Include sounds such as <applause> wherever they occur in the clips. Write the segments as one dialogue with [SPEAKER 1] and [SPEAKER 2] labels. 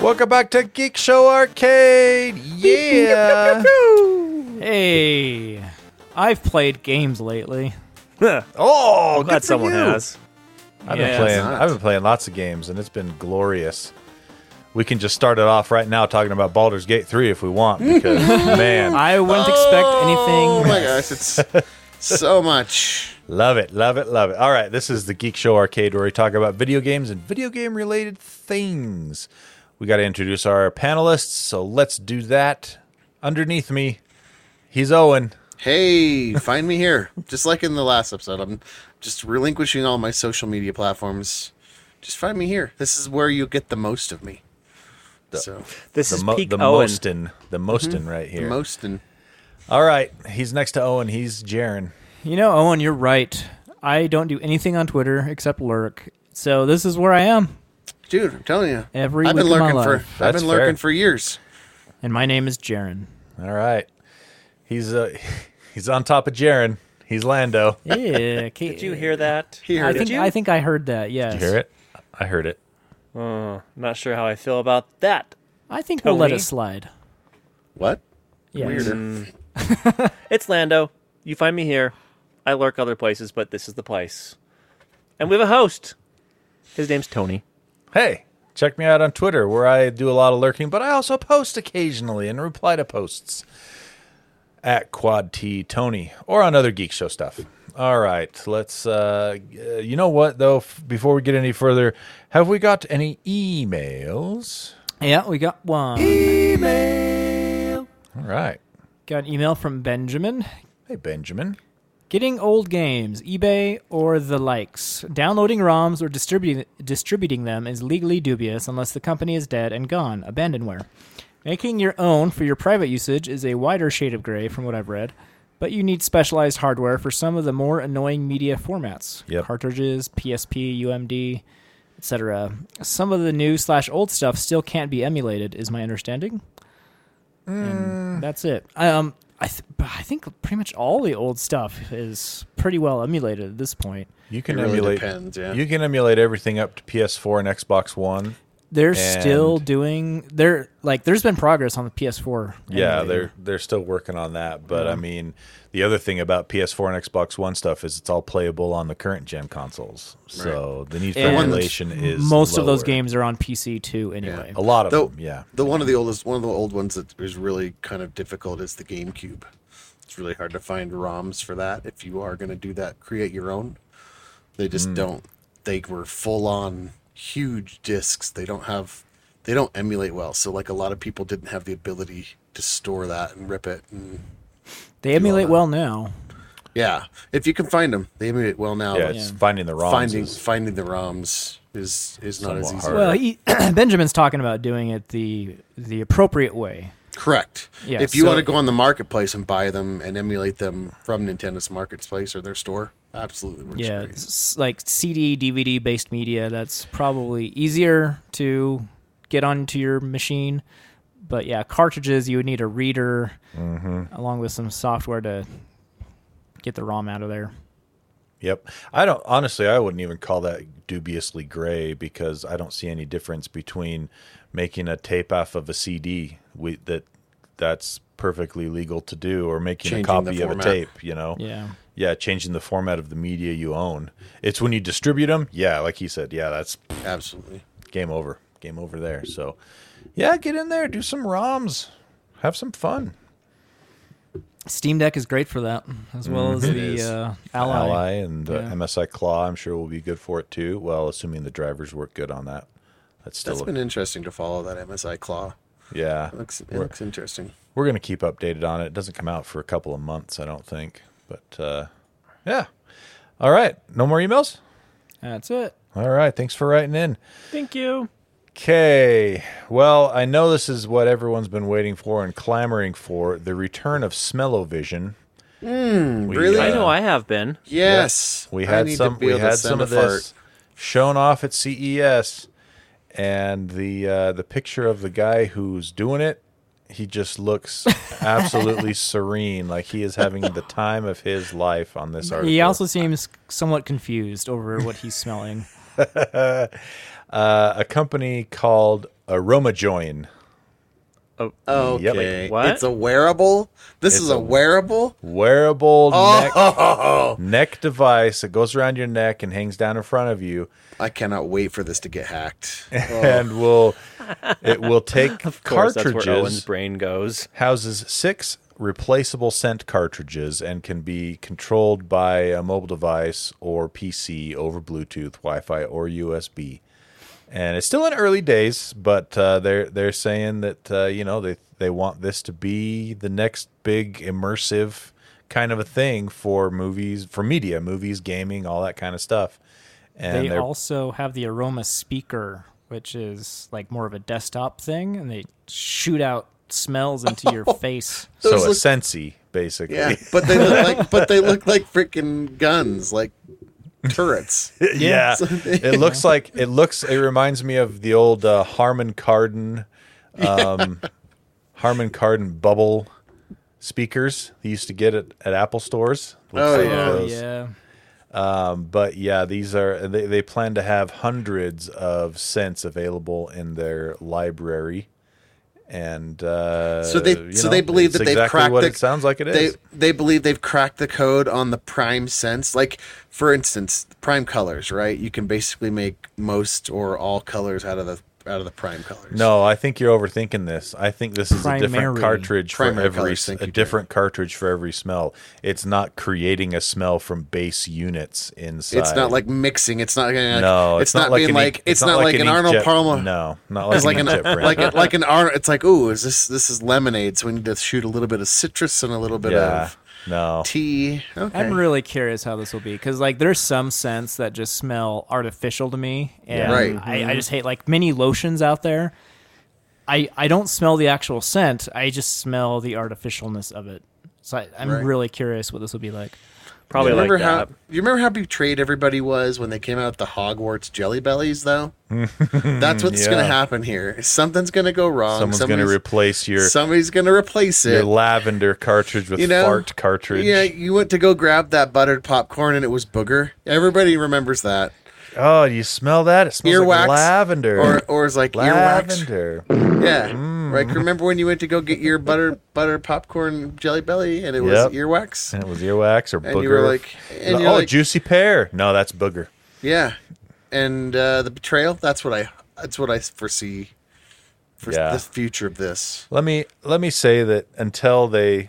[SPEAKER 1] Welcome back to Geek Show Arcade. Yeah.
[SPEAKER 2] Hey, I've played games lately.
[SPEAKER 1] oh, good
[SPEAKER 3] Glad
[SPEAKER 1] for
[SPEAKER 3] someone
[SPEAKER 1] you.
[SPEAKER 3] has.
[SPEAKER 1] I've
[SPEAKER 2] Yeah.
[SPEAKER 1] been playing.
[SPEAKER 3] Not.
[SPEAKER 1] I've been playing lots of games, and it's been glorious. We can just start it off right now talking about Baldur's Gate 3 if we want, because man,
[SPEAKER 2] I wouldn't
[SPEAKER 3] Oh
[SPEAKER 2] expect
[SPEAKER 3] my
[SPEAKER 2] <laughs> anything.
[SPEAKER 3] gosh, it's
[SPEAKER 2] <laughs>
[SPEAKER 3] so much.
[SPEAKER 1] love it, love it, love it. All right, this is the Geek Show Arcade where we talk about video games and video game related things. We got to introduce our panelists, so let's do that. Underneath me, he's Owen.
[SPEAKER 3] Hey, find me here. Just like in the last episode, I'm just relinquishing all my social media platforms. Just find me here. This is where you get the most of me. So,
[SPEAKER 4] This
[SPEAKER 1] The,
[SPEAKER 4] is
[SPEAKER 1] mo-
[SPEAKER 4] peak
[SPEAKER 1] the
[SPEAKER 4] Owen.
[SPEAKER 1] mostin, the mostin right
[SPEAKER 3] the
[SPEAKER 1] here.
[SPEAKER 3] most and
[SPEAKER 1] All right, he's next to Owen. He's Jaren.
[SPEAKER 2] You know, Owen, you're right. I don't do anything on Twitter except lurk. So this is where I am,
[SPEAKER 3] dude, I'm telling you,
[SPEAKER 2] Every
[SPEAKER 3] I've been
[SPEAKER 2] week of my
[SPEAKER 3] lurking for
[SPEAKER 2] life.
[SPEAKER 3] I've
[SPEAKER 1] That's
[SPEAKER 3] been lurking
[SPEAKER 1] fair.
[SPEAKER 3] for years.
[SPEAKER 2] and my name is Jaren.
[SPEAKER 1] All right, he's uh, <laughs> he's on top of Jaren. He's Lando.
[SPEAKER 2] Yeah,
[SPEAKER 4] Did you hear that?
[SPEAKER 3] Here
[SPEAKER 2] I
[SPEAKER 3] it
[SPEAKER 2] think
[SPEAKER 4] you?
[SPEAKER 2] I think I heard that. Yes,
[SPEAKER 1] Did you hear it? I heard it.
[SPEAKER 4] I'm not sure how I feel about that.
[SPEAKER 2] I think we'll let
[SPEAKER 4] Tony?
[SPEAKER 2] it slide.
[SPEAKER 3] What?
[SPEAKER 2] Yes.
[SPEAKER 3] Weirder.
[SPEAKER 4] It's Lando. You find me here. I lurk other places, but this is the place. And we have a host. His name's Tony.
[SPEAKER 1] Hey, check me out on Twitter where I do a lot of lurking, but I also post occasionally and reply to posts at Quad T Tony or on other Geek Show stuff. All right, let's. Uh, uh, you know what though? F- before we get any further, have we got any emails?
[SPEAKER 2] Yeah, we got one.
[SPEAKER 1] All right.
[SPEAKER 2] Got an email from Benjamin.
[SPEAKER 1] Hey Benjamin.
[SPEAKER 2] Getting old games, eBay or the likes, downloading ROMs or distributing distributing them is legally dubious unless the company is dead and gone, abandonware. Making your own for your private usage is a wider shade of gray from what I've read, but you need specialized hardware for some of the more annoying media formats.
[SPEAKER 1] Yep.
[SPEAKER 2] Cartridges, PSP, UMD, etc. Some of the new slash old stuff still can't be emulated, is my understanding. And that's it. Um, I th- but I think pretty much all the old stuff is pretty well emulated at this point.
[SPEAKER 1] You can
[SPEAKER 3] It really
[SPEAKER 1] emulate.
[SPEAKER 3] depends, yeah.
[SPEAKER 1] You can emulate everything up to PS4 and Xbox One.
[SPEAKER 2] They're
[SPEAKER 1] And-
[SPEAKER 2] still doing. They're like there's been progress on the PS4.
[SPEAKER 1] Yeah,
[SPEAKER 2] emulator.
[SPEAKER 1] they're they're still working on that. But I mean, the other thing about PS4 and Xbox One stuff is it's all playable on the current gen consoles. So the need for
[SPEAKER 2] And
[SPEAKER 1] emulation is
[SPEAKER 2] most of those
[SPEAKER 1] lower.
[SPEAKER 2] games are on PC too. Anyway,
[SPEAKER 1] A lot of
[SPEAKER 3] The-
[SPEAKER 1] them, um, yeah.
[SPEAKER 3] The one of the oldest, one of the old ones that is really kind of difficult is the GameCube. It's really hard to find ROMs for that. If you are going to do that, create your own. They just
[SPEAKER 1] Mm.
[SPEAKER 3] don't. They were full on huge discs. They don't have. They don't emulate well. So like a lot of people didn't have the ability to store that and rip it. And
[SPEAKER 2] they emulate well now.
[SPEAKER 3] yeah, if you can find them, they emulate well now.
[SPEAKER 1] yeah,
[SPEAKER 3] but
[SPEAKER 1] it's finding the wrong
[SPEAKER 3] finding
[SPEAKER 1] is-
[SPEAKER 3] finding the ROMs is is not as
[SPEAKER 1] Somewhat
[SPEAKER 3] easy.
[SPEAKER 1] hard.
[SPEAKER 2] Well, he, <clears throat> Benjamin's talking about doing it the the appropriate way.
[SPEAKER 3] Correct.
[SPEAKER 2] Yeah,
[SPEAKER 3] if you
[SPEAKER 2] so-
[SPEAKER 3] want to go on the marketplace and buy them and emulate them from Nintendo's marketplace or their store, absolutely works
[SPEAKER 2] Yeah,
[SPEAKER 3] great.
[SPEAKER 2] it's like CD, DVD based media. That's probably easier to get onto your machine. But yeah, cartridges, you would need a reader along with some software to get the ROM out of there.
[SPEAKER 1] Yep. I don't honestly I wouldn't even call that dubiously gray because I don't see any difference between making a tape off of a CD we, that that's perfectly legal to do or making
[SPEAKER 3] Changing
[SPEAKER 1] a
[SPEAKER 3] the
[SPEAKER 1] copy of a
[SPEAKER 3] format.
[SPEAKER 1] tape, you know.
[SPEAKER 2] Yeah.
[SPEAKER 1] Yeah, changing the format of the media you own. It's when you distribute them. Yeah, like he said. Yeah, that's
[SPEAKER 3] Absolutely.
[SPEAKER 1] game over. Game over there. So, yeah, get in there, do some ROMs, have some fun.
[SPEAKER 2] Steam Deck is great for that, as well as the
[SPEAKER 3] is.
[SPEAKER 2] uh,
[SPEAKER 1] Ally,
[SPEAKER 2] Ally.
[SPEAKER 1] and uh,
[SPEAKER 2] Yeah.
[SPEAKER 1] MSI Claw, I'm sure will be good for it too. Well, assuming the drivers work good on that. That's still,
[SPEAKER 3] That's
[SPEAKER 1] a-
[SPEAKER 3] been interesting to follow that MSI Claw.
[SPEAKER 1] yeah.
[SPEAKER 3] It looks, it
[SPEAKER 1] We're,
[SPEAKER 3] looks interesting.
[SPEAKER 1] we're gonna keep updated on it. It doesn't come out for a couple of months, I don't think. But uh, yeah, all right. No more emails.
[SPEAKER 2] That's it.
[SPEAKER 1] All right. Thanks for writing in.
[SPEAKER 4] Thank you.
[SPEAKER 1] Okay. Well, I know this is what everyone's been waiting for and clamoring for the return of Smellovision. We,
[SPEAKER 3] Hmm. really?
[SPEAKER 4] I
[SPEAKER 1] uh,
[SPEAKER 4] know I have been.
[SPEAKER 3] Yes.
[SPEAKER 1] We
[SPEAKER 3] I
[SPEAKER 1] had
[SPEAKER 3] need to
[SPEAKER 1] some
[SPEAKER 3] be
[SPEAKER 1] we
[SPEAKER 3] able to
[SPEAKER 1] had
[SPEAKER 3] send
[SPEAKER 1] some
[SPEAKER 3] a
[SPEAKER 1] of this shown off at CES and the uh, the picture of the guy who's doing it, he just
[SPEAKER 3] <laughs>
[SPEAKER 1] looks absolutely serene like he is having the time of his life on this article.
[SPEAKER 2] He also seems somewhat confused over what he's smelling.
[SPEAKER 1] uh, a company called AromaJoin.
[SPEAKER 3] Okay.
[SPEAKER 4] What?
[SPEAKER 3] It's a wearable. This
[SPEAKER 1] It's
[SPEAKER 3] is a,
[SPEAKER 1] a-
[SPEAKER 3] wearable.
[SPEAKER 1] Wearable
[SPEAKER 3] <laughs> Oh,
[SPEAKER 1] neck, neck device that goes around your neck and hangs down in front of you,
[SPEAKER 3] I cannot wait for this to
[SPEAKER 1] <laughs>
[SPEAKER 3] get hacked. Oh,
[SPEAKER 1] and will it
[SPEAKER 3] <laughs>
[SPEAKER 1] will take
[SPEAKER 4] Of course, that's where Owen's
[SPEAKER 1] cartridges
[SPEAKER 4] brain goes.
[SPEAKER 1] houses six replaceable scent cartridges and can be controlled by a mobile device or PC over Bluetooth, Wi-Fi, or USB. And it's still in early days, but uh, they're they're saying that uh, you know they they want this to be the next big immersive kind of a thing for movies, for media, movies, gaming, all that kind of stuff. And
[SPEAKER 2] they
[SPEAKER 1] they're-
[SPEAKER 2] also have the aroma speaker, which is like more of a desktop thing, and they shoot out smells into your face.
[SPEAKER 1] so
[SPEAKER 3] those
[SPEAKER 1] a
[SPEAKER 3] look-
[SPEAKER 1] Sensi basically. <laughs>
[SPEAKER 3] yeah, but they look like but they look like freaking guns, like
[SPEAKER 1] <laughs>
[SPEAKER 3] turrets.
[SPEAKER 1] yeah. it looks like it looks. It reminds me of the old uh, Harman Kardon, um, Harman Kardon bubble speakers they used to get at, at Apple stores. Looks
[SPEAKER 3] Oh,
[SPEAKER 1] like
[SPEAKER 3] yeah.
[SPEAKER 2] Oh
[SPEAKER 1] those.
[SPEAKER 2] yeah,
[SPEAKER 1] But yeah, these are they, they plan to have hundreds of cents available in their library. And uh,
[SPEAKER 3] So they
[SPEAKER 1] you
[SPEAKER 3] so
[SPEAKER 1] know,
[SPEAKER 3] they believe
[SPEAKER 1] it's
[SPEAKER 3] that they've
[SPEAKER 1] exactly
[SPEAKER 3] cracked
[SPEAKER 1] what
[SPEAKER 3] the,
[SPEAKER 1] it sounds like it is.
[SPEAKER 3] they, They believe they've cracked the code on the prime sense. Like for instance, prime colors, right? You can basically make most or all colors out of the out of the prime colors.
[SPEAKER 1] No, I think you're overthinking this. I think this is a different
[SPEAKER 2] Primary.
[SPEAKER 1] cartridge for
[SPEAKER 3] Primary
[SPEAKER 1] every
[SPEAKER 3] colours, thank
[SPEAKER 1] a
[SPEAKER 3] you,
[SPEAKER 1] different cartridge for every smell. It's not creating a smell from base units inside.
[SPEAKER 3] It's not like mixing. It's not like,
[SPEAKER 1] no,
[SPEAKER 3] it's, not,
[SPEAKER 1] an
[SPEAKER 3] being
[SPEAKER 1] E-
[SPEAKER 3] like
[SPEAKER 1] ink-
[SPEAKER 3] it's, not, like an, Arnold
[SPEAKER 1] inkjet-
[SPEAKER 3] Palmer.
[SPEAKER 1] No, not like
[SPEAKER 3] <laughs> It's like
[SPEAKER 1] an
[SPEAKER 3] an
[SPEAKER 1] inkjet brand.
[SPEAKER 3] like a, like an Arnold. It's like ooh, is this this is lemonade? So we need to shoot a little bit of citrus and a little bit
[SPEAKER 1] yeah,
[SPEAKER 3] of
[SPEAKER 1] no.
[SPEAKER 3] tea. Okay.
[SPEAKER 2] I'm really curious how this will be because like there's some scents that just smell artificial to me, and
[SPEAKER 3] Right.
[SPEAKER 2] I, I just hate like many lotions out there. I I don't smell the actual scent. I just smell the artificialness of it. So I, I'm
[SPEAKER 3] Right.
[SPEAKER 2] really curious what this will be like.
[SPEAKER 4] Probably
[SPEAKER 3] you
[SPEAKER 4] like
[SPEAKER 3] remember
[SPEAKER 4] that.
[SPEAKER 3] how you remember how betrayed everybody was when they came out with the Hogwarts jelly
[SPEAKER 1] <laughs>
[SPEAKER 3] bellies though? That's what's gonna
[SPEAKER 1] Yeah.
[SPEAKER 3] happen here. Something's gonna go wrong.
[SPEAKER 1] Someone's going to
[SPEAKER 3] Somebody's-
[SPEAKER 1] replace your
[SPEAKER 3] somebody's gonna replace
[SPEAKER 1] your
[SPEAKER 3] it.
[SPEAKER 1] lavender cartridge with
[SPEAKER 3] You know?
[SPEAKER 1] fart cartridge.
[SPEAKER 3] Yeah, you went to go grab that buttered popcorn and it was booger. Everybody remembers that.
[SPEAKER 1] Oh, do you smell that? It smells
[SPEAKER 3] Earwax
[SPEAKER 1] like lavender.
[SPEAKER 3] Or or it's like earwax.
[SPEAKER 1] lavender. Mm.
[SPEAKER 3] Yeah. Like remember when you went to go get your butter butter popcorn jelly belly and it was
[SPEAKER 1] Yep.
[SPEAKER 3] earwax?
[SPEAKER 1] And it was earwax or booger.
[SPEAKER 3] And you were like- and
[SPEAKER 1] oh,
[SPEAKER 3] you're like-
[SPEAKER 1] juicy pear. No, that's booger.
[SPEAKER 3] Yeah. And uh, the betrayal, that's what I that's what I foresee for
[SPEAKER 1] Yeah.
[SPEAKER 3] the future of this.
[SPEAKER 1] Let me let me say that until they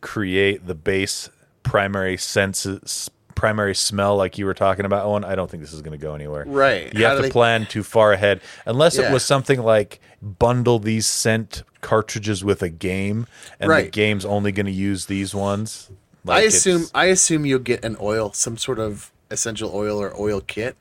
[SPEAKER 1] create the base primary senses primary smell like you were talking about Owen, I don't think this is going to go anywhere.
[SPEAKER 3] Right.
[SPEAKER 1] You
[SPEAKER 3] How
[SPEAKER 1] have
[SPEAKER 3] do
[SPEAKER 1] to
[SPEAKER 3] they-
[SPEAKER 1] plan too far ahead unless it
[SPEAKER 3] Yeah.
[SPEAKER 1] was something like bundle these scent cartridges with a game and the
[SPEAKER 3] Right.
[SPEAKER 1] game's only going to use these ones. Like
[SPEAKER 3] I assume
[SPEAKER 1] it's-
[SPEAKER 3] I assume you'll get an oil, some sort of essential oil or oil kit,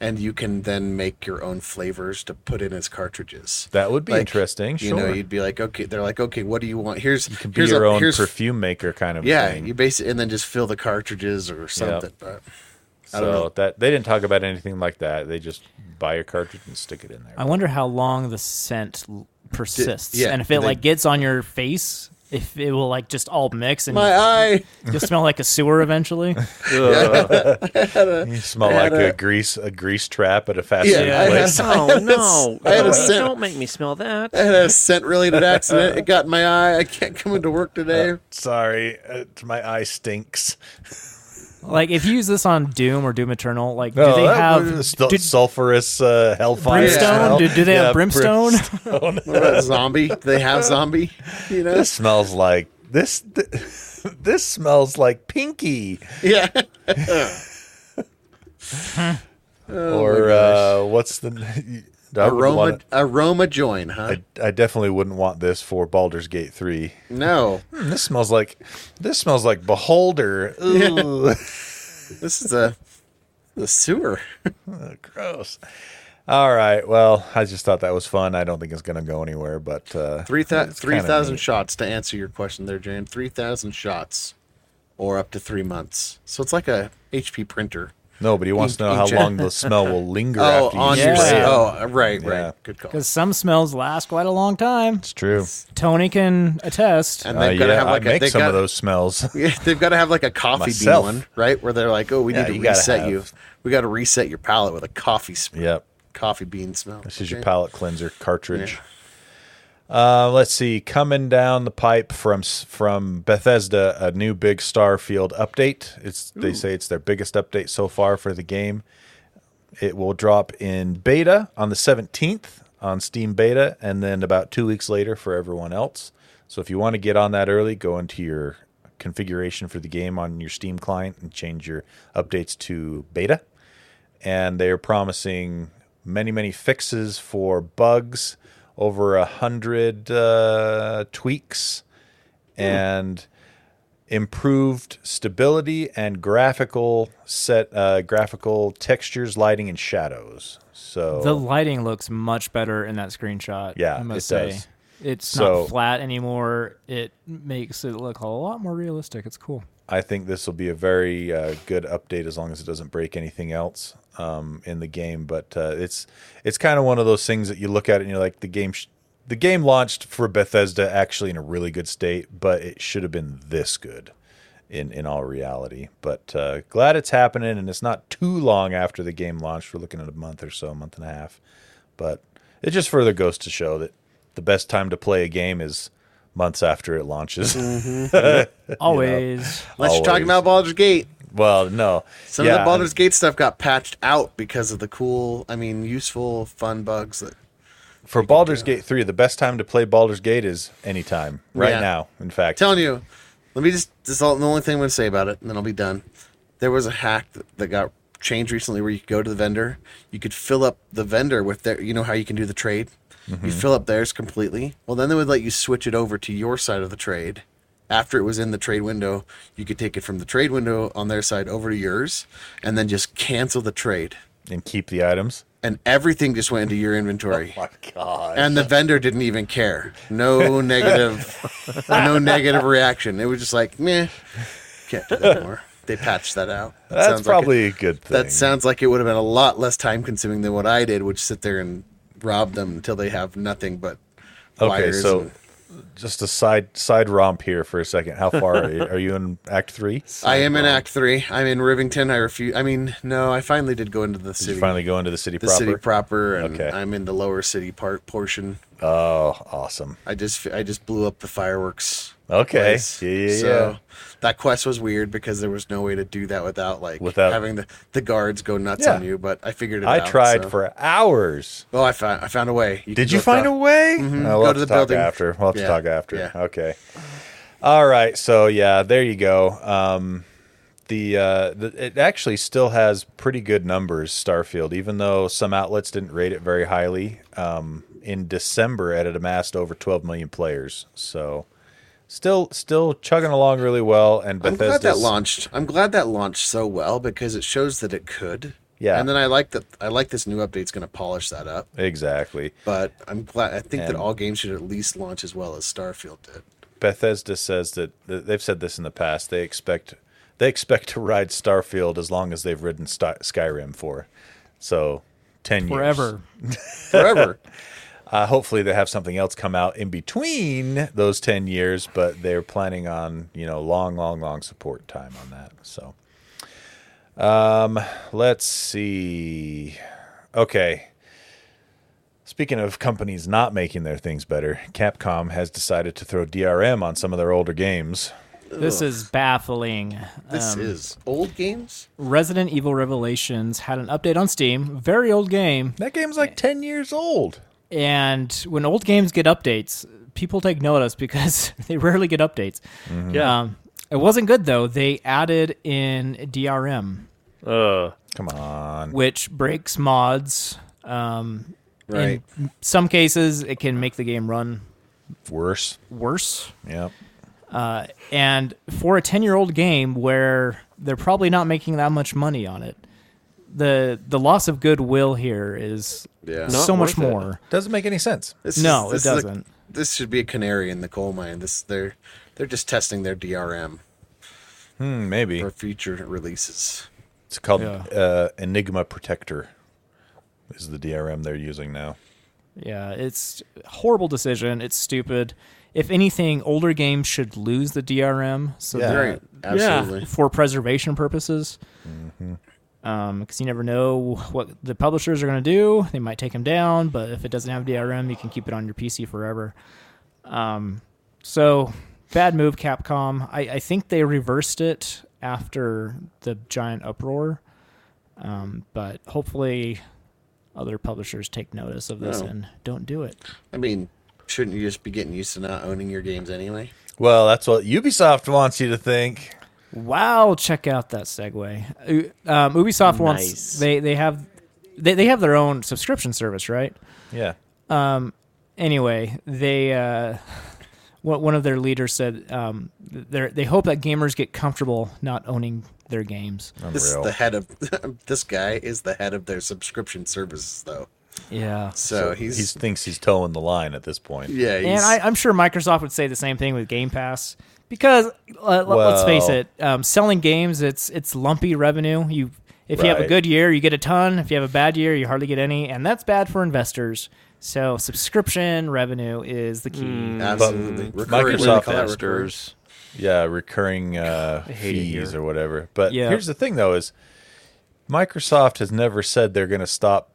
[SPEAKER 3] and you can then make your own flavors to put in as cartridges.
[SPEAKER 1] that would be
[SPEAKER 3] like,
[SPEAKER 1] interesting.
[SPEAKER 3] you
[SPEAKER 1] sure.
[SPEAKER 3] know, you'd be like, okay, they're like, okay, what do you want? Here's
[SPEAKER 1] could be
[SPEAKER 3] here's
[SPEAKER 1] your
[SPEAKER 3] a,
[SPEAKER 1] own
[SPEAKER 3] here's,
[SPEAKER 1] perfume maker kind of
[SPEAKER 3] Yeah,
[SPEAKER 1] thing.
[SPEAKER 3] you base it and then just fill the cartridges or something. But I
[SPEAKER 1] So
[SPEAKER 3] don't know.
[SPEAKER 1] that they didn't talk about anything like that. They just buy a cartridge and stick it in there.
[SPEAKER 2] I wonder how long the scent l- persists,
[SPEAKER 3] yeah,
[SPEAKER 2] and if it
[SPEAKER 3] they-
[SPEAKER 2] like gets on your face, if it will like just all mix and
[SPEAKER 3] My eye.
[SPEAKER 2] <laughs> you'll smell like a sewer eventually.
[SPEAKER 1] You smell like
[SPEAKER 3] had
[SPEAKER 1] a,
[SPEAKER 3] a-
[SPEAKER 1] grease a grease trap at a fast
[SPEAKER 3] Yeah,
[SPEAKER 1] food
[SPEAKER 3] <laughs> I had,
[SPEAKER 1] place.
[SPEAKER 4] Oh no!
[SPEAKER 3] I had a
[SPEAKER 4] Please
[SPEAKER 3] scent-
[SPEAKER 4] don't make me smell that.
[SPEAKER 3] I had a scent related accident. It got in my eye. I can't come into work today.
[SPEAKER 1] Sorry, uh, my eye stinks.
[SPEAKER 2] like if you use this on Doom or Doom Eternal, like do
[SPEAKER 1] Oh,
[SPEAKER 2] they
[SPEAKER 1] that
[SPEAKER 2] have
[SPEAKER 1] was sul-
[SPEAKER 2] do-
[SPEAKER 1] sulfurous uh, hellfire
[SPEAKER 2] brimstone?
[SPEAKER 1] smell.
[SPEAKER 2] Do, do they
[SPEAKER 1] Yeah,
[SPEAKER 2] have brimstone?
[SPEAKER 1] brimst-
[SPEAKER 3] what about zombie? They have zombie. You
[SPEAKER 1] <laughs>
[SPEAKER 3] know?
[SPEAKER 1] this smells like this. th- this smells like pinky,
[SPEAKER 3] Yeah.
[SPEAKER 1] or uh, what's the <laughs> I wouldn't want
[SPEAKER 3] Oh Aroma
[SPEAKER 1] it-
[SPEAKER 3] aroma join, huh?
[SPEAKER 1] I, I definitely wouldn't want this for Baldur's Gate three.
[SPEAKER 3] No.
[SPEAKER 1] Hmm, this smells like this smells like Beholder. Ooh.
[SPEAKER 3] This is a the sewer.
[SPEAKER 1] Gross. All right. Well, I just thought that was fun. I don't think it's going to go anywhere, but uh,
[SPEAKER 3] Three thou-
[SPEAKER 1] it's
[SPEAKER 3] three
[SPEAKER 1] kinda
[SPEAKER 3] thousand
[SPEAKER 1] neat.
[SPEAKER 3] shots to answer your question there, Jan. Three thousand shots. Or up to three months. So it's like a HP printer.
[SPEAKER 1] Nobody wants to know how
[SPEAKER 3] Ink-
[SPEAKER 1] long the smell will linger
[SPEAKER 3] <laughs> Oh,
[SPEAKER 1] after you
[SPEAKER 3] on
[SPEAKER 1] spray
[SPEAKER 3] your
[SPEAKER 1] it.
[SPEAKER 3] Oh, right,
[SPEAKER 1] Yeah.
[SPEAKER 3] right. Good call.
[SPEAKER 2] Because some smells last quite a long time.
[SPEAKER 1] It's true.
[SPEAKER 2] Tony can attest.
[SPEAKER 3] And
[SPEAKER 1] Uh,
[SPEAKER 3] they've got to
[SPEAKER 1] yeah,
[SPEAKER 3] have like
[SPEAKER 1] I
[SPEAKER 3] a
[SPEAKER 1] make
[SPEAKER 3] they
[SPEAKER 1] some
[SPEAKER 3] got,
[SPEAKER 1] of those smells. <laughs>
[SPEAKER 3] <laughs> Yeah, they've got to have like a coffee
[SPEAKER 1] Myself.
[SPEAKER 3] bean one, right? Where they're like, "Oh, we
[SPEAKER 1] Yeah,
[SPEAKER 3] need to
[SPEAKER 1] you gotta
[SPEAKER 3] reset
[SPEAKER 1] have-
[SPEAKER 3] you. We We got to reset your palate with a coffee sm-
[SPEAKER 1] Yep.
[SPEAKER 3] coffee bean smell.
[SPEAKER 1] This is your
[SPEAKER 3] Okay.
[SPEAKER 1] palate cleanser cartridge. Uh, let's see. Coming down the pipe from s- from Bethesda, a new big Starfield update. It's they say it's their biggest update so far for the game. It will drop in beta on the 17th on Steam beta, and then about two weeks later for everyone else. So if you want to get on that early, go into your configuration for the game on your Steam client and change your updates to beta and they're promising many many fixes for bugs over a hundred uh, tweaks and improved stability and graphical set uh, graphical textures lighting and shadows so
[SPEAKER 2] The lighting looks much better in that screenshot.
[SPEAKER 1] Yeah,
[SPEAKER 2] I must
[SPEAKER 1] it
[SPEAKER 2] say.
[SPEAKER 1] does.
[SPEAKER 2] It's
[SPEAKER 1] So-
[SPEAKER 2] not flat anymore. It makes it look a lot more realistic.
[SPEAKER 1] <laughs>
[SPEAKER 2] It's cool.
[SPEAKER 1] I think this will be a very uh, good update as long as it doesn't break anything else um, in the game. But uh, it's it's kind of one of those things that you look at it and you're like, the game sh- the game launched for Bethesda actually in a really good state, but it should have been this good in in all reality. But uh, glad it's happening, and it's not too long after the game launched. We're looking at a month or so, a month and a half. But it just further goes to show that the best time to play a game is months after it launches.
[SPEAKER 3] Mm-hmm.
[SPEAKER 2] Always.
[SPEAKER 3] Unless you're talking
[SPEAKER 1] Always.
[SPEAKER 3] about Baldur's Gate.
[SPEAKER 1] <laughs> Well, no.
[SPEAKER 3] Some of
[SPEAKER 1] Yeah,
[SPEAKER 3] the Baldur's Gate stuff got patched out because of the cool, I mean, useful, fun bugs that
[SPEAKER 1] for Baldur's Gate 3, the best time to play Baldur's Gate is anytime, right
[SPEAKER 3] Yeah.
[SPEAKER 1] now, in fact.
[SPEAKER 3] telling you. Let me just. This is all, the only thing I'm going to say about it, and then I'll be done. There was a hack that, that got changed recently where you could go to the vendor, you could fill up the vendor with their. You know how you can do the trade. You fill up theirs completely. Well, then they would let you switch it over to your side of the trade. After it was in the trade window, you could take it from the trade window on their side over to yours, and then just cancel the trade,
[SPEAKER 1] and keep the items.
[SPEAKER 3] and everything just went into your inventory.
[SPEAKER 1] My God.
[SPEAKER 3] And the vendor didn't even care.
[SPEAKER 1] <laughs>
[SPEAKER 3] No negative, no negative reaction. It was just like, meh, can't do that anymore. They patched that out. That
[SPEAKER 1] That's probably
[SPEAKER 3] Like
[SPEAKER 1] a good
[SPEAKER 3] it,
[SPEAKER 1] thing.
[SPEAKER 3] that sounds like it would have been a lot less time consuming than what I did, which sit there and rob them until they have nothing but
[SPEAKER 1] okay,
[SPEAKER 3] wires.
[SPEAKER 1] so
[SPEAKER 3] and-
[SPEAKER 1] just a side side romp here for a second. How far are you, are you in Act
[SPEAKER 3] <laughs>
[SPEAKER 1] 3?
[SPEAKER 3] I am
[SPEAKER 1] uh,
[SPEAKER 3] in Act Three. I'm in Rivington. I refuse. I mean, no, I finally did go into the
[SPEAKER 1] Did you
[SPEAKER 3] city,
[SPEAKER 1] finally go into the city
[SPEAKER 3] the
[SPEAKER 1] proper?
[SPEAKER 3] city proper, and
[SPEAKER 1] Okay.
[SPEAKER 3] I'm in the lower city part portion.
[SPEAKER 1] oh, awesome.
[SPEAKER 3] I just, I just blew up the fireworks.
[SPEAKER 1] Okay.
[SPEAKER 3] place.
[SPEAKER 1] Yeah, yeah,
[SPEAKER 3] So
[SPEAKER 1] yeah.
[SPEAKER 3] that quest was weird because there was no way to do that without like
[SPEAKER 1] Without-
[SPEAKER 3] having the, the guards go nuts
[SPEAKER 1] Yeah.
[SPEAKER 3] on you. But I figured it
[SPEAKER 1] I
[SPEAKER 3] out.
[SPEAKER 1] tried
[SPEAKER 3] so-
[SPEAKER 1] for hours.
[SPEAKER 3] Oh, I found I found a way.
[SPEAKER 1] Did you find a way? Uh, we'll
[SPEAKER 3] Mm-hmm. Go
[SPEAKER 1] have
[SPEAKER 3] to
[SPEAKER 1] to
[SPEAKER 3] the
[SPEAKER 1] talk
[SPEAKER 3] building.
[SPEAKER 1] after. We'll have to
[SPEAKER 3] Yeah.
[SPEAKER 1] talk after.
[SPEAKER 3] Yeah.
[SPEAKER 1] Okay. All right. So yeah, there you go. Um, the, uh, the it actually still has pretty good numbers. Starfield, even though some outlets didn't rate it very highly. Um, in December, it had amassed over 12 million players. So still, still chugging along really well. And
[SPEAKER 3] I'm glad that
[SPEAKER 1] Bethesda's
[SPEAKER 3] launched. I'm glad that launched so well because it shows that it could.
[SPEAKER 1] Yeah.
[SPEAKER 3] And then I like that. I like this new update's going to polish that up.
[SPEAKER 1] exactly.
[SPEAKER 3] But I'm glad. I think that
[SPEAKER 1] And-
[SPEAKER 3] all games should at least launch as well as Starfield did.
[SPEAKER 1] Bethesda says that th- they've said this in the past. They expect they expect to ride Starfield as long as they've ridden Sty Skyrim for, so ten years
[SPEAKER 2] Forever.
[SPEAKER 1] <laughs>
[SPEAKER 3] Forever.
[SPEAKER 1] Uh, hopefully, they have something else come out in between those ten years, but they're planning on you know long, long, long support time on that. So, um, let's see. Okay. Speaking of companies not making their things better, Capcom has decided to throw DRM on some of their older games.
[SPEAKER 2] This is baffling.
[SPEAKER 3] this
[SPEAKER 1] Um,
[SPEAKER 3] is old games.
[SPEAKER 2] Resident Evil Revelations had an update on Steam. Very old game.
[SPEAKER 1] That game's like 10 years old.
[SPEAKER 2] And when old games get updates, people take notice <laughs> because they rarely get updates.
[SPEAKER 3] Mm.
[SPEAKER 4] Yeah.
[SPEAKER 2] Um, it wasn't good though. They added in DRM,
[SPEAKER 4] Ugh.
[SPEAKER 1] Come on.
[SPEAKER 2] which breaks mods. Um,
[SPEAKER 3] Right.
[SPEAKER 2] In some cases, it can make the game run
[SPEAKER 1] Worse.
[SPEAKER 2] worse.
[SPEAKER 1] Yep.
[SPEAKER 2] Uh, and for a ten-year-old game where they're probably not making that much money on it, the the loss of goodwill here is
[SPEAKER 3] Yeah.
[SPEAKER 4] Not
[SPEAKER 2] so much
[SPEAKER 4] worth it.
[SPEAKER 2] more.
[SPEAKER 1] Doesn't make any sense.
[SPEAKER 3] This
[SPEAKER 2] No,
[SPEAKER 3] this
[SPEAKER 2] it
[SPEAKER 3] is a-
[SPEAKER 2] doesn't.
[SPEAKER 3] this should be a canary in the coal mine. This they're they're just testing their DRM
[SPEAKER 1] Hmm, maybe.
[SPEAKER 3] for future releases.
[SPEAKER 1] It's called
[SPEAKER 2] Yeah.
[SPEAKER 1] uh, Enigma Protector, is the DRM they're using now.
[SPEAKER 2] Yeah, it's a horrible decision. It's stupid. If anything, older games should lose the DRM so
[SPEAKER 1] Yeah.
[SPEAKER 2] that
[SPEAKER 1] Right.
[SPEAKER 3] Absolutely. Mm-hmm.
[SPEAKER 2] for preservation purposes. because Um, you never know what the publishers are going to do. They might take them down, but if it doesn't have DRM, you can keep it on your PC forever. Um, so bad move, Capcom. I, I think they reversed it after the giant uproar, um, but hopefully other publishers take notice of this
[SPEAKER 3] No.
[SPEAKER 2] and don't do it.
[SPEAKER 3] I mean, shouldn't you just be getting used to not owning your games anyway?
[SPEAKER 1] Well, that's what Ubisoft wants you to think.
[SPEAKER 2] Wow! Check out that segue. U- Um, Ubisoft
[SPEAKER 4] Nice.
[SPEAKER 2] wants they they have they, they have their own subscription service, right?
[SPEAKER 1] Yeah.
[SPEAKER 2] anyway, they uh, one one of their leaders said um, they they hope that gamers get comfortable not owning their games.
[SPEAKER 3] This
[SPEAKER 1] Unreal.
[SPEAKER 3] is the head of <laughs> this guy is the head of their subscription services, though.
[SPEAKER 2] Yeah,
[SPEAKER 3] So, he's,
[SPEAKER 1] he thinks he's towing the line at this point.
[SPEAKER 3] yeah, he's,
[SPEAKER 2] and I, I'm sure Microsoft would say the same thing with Game Pass because uh, l- let's face
[SPEAKER 1] Well-
[SPEAKER 2] it, um, selling games it's it's lumpy revenue. You if you have a
[SPEAKER 1] Right.
[SPEAKER 2] good year, you get a ton. If you have a bad year, you hardly get any, and that's bad for investors. So subscription revenue is the key.
[SPEAKER 1] Hmm.
[SPEAKER 3] absolutely recurring-
[SPEAKER 1] Microsoft
[SPEAKER 3] we call that recurring.
[SPEAKER 4] investors.
[SPEAKER 1] yeah recurring uh,
[SPEAKER 4] hate it
[SPEAKER 1] fees
[SPEAKER 4] here.
[SPEAKER 1] or whatever but
[SPEAKER 2] Yeah.
[SPEAKER 1] here's the thing though is microsoft has never said they're going to stop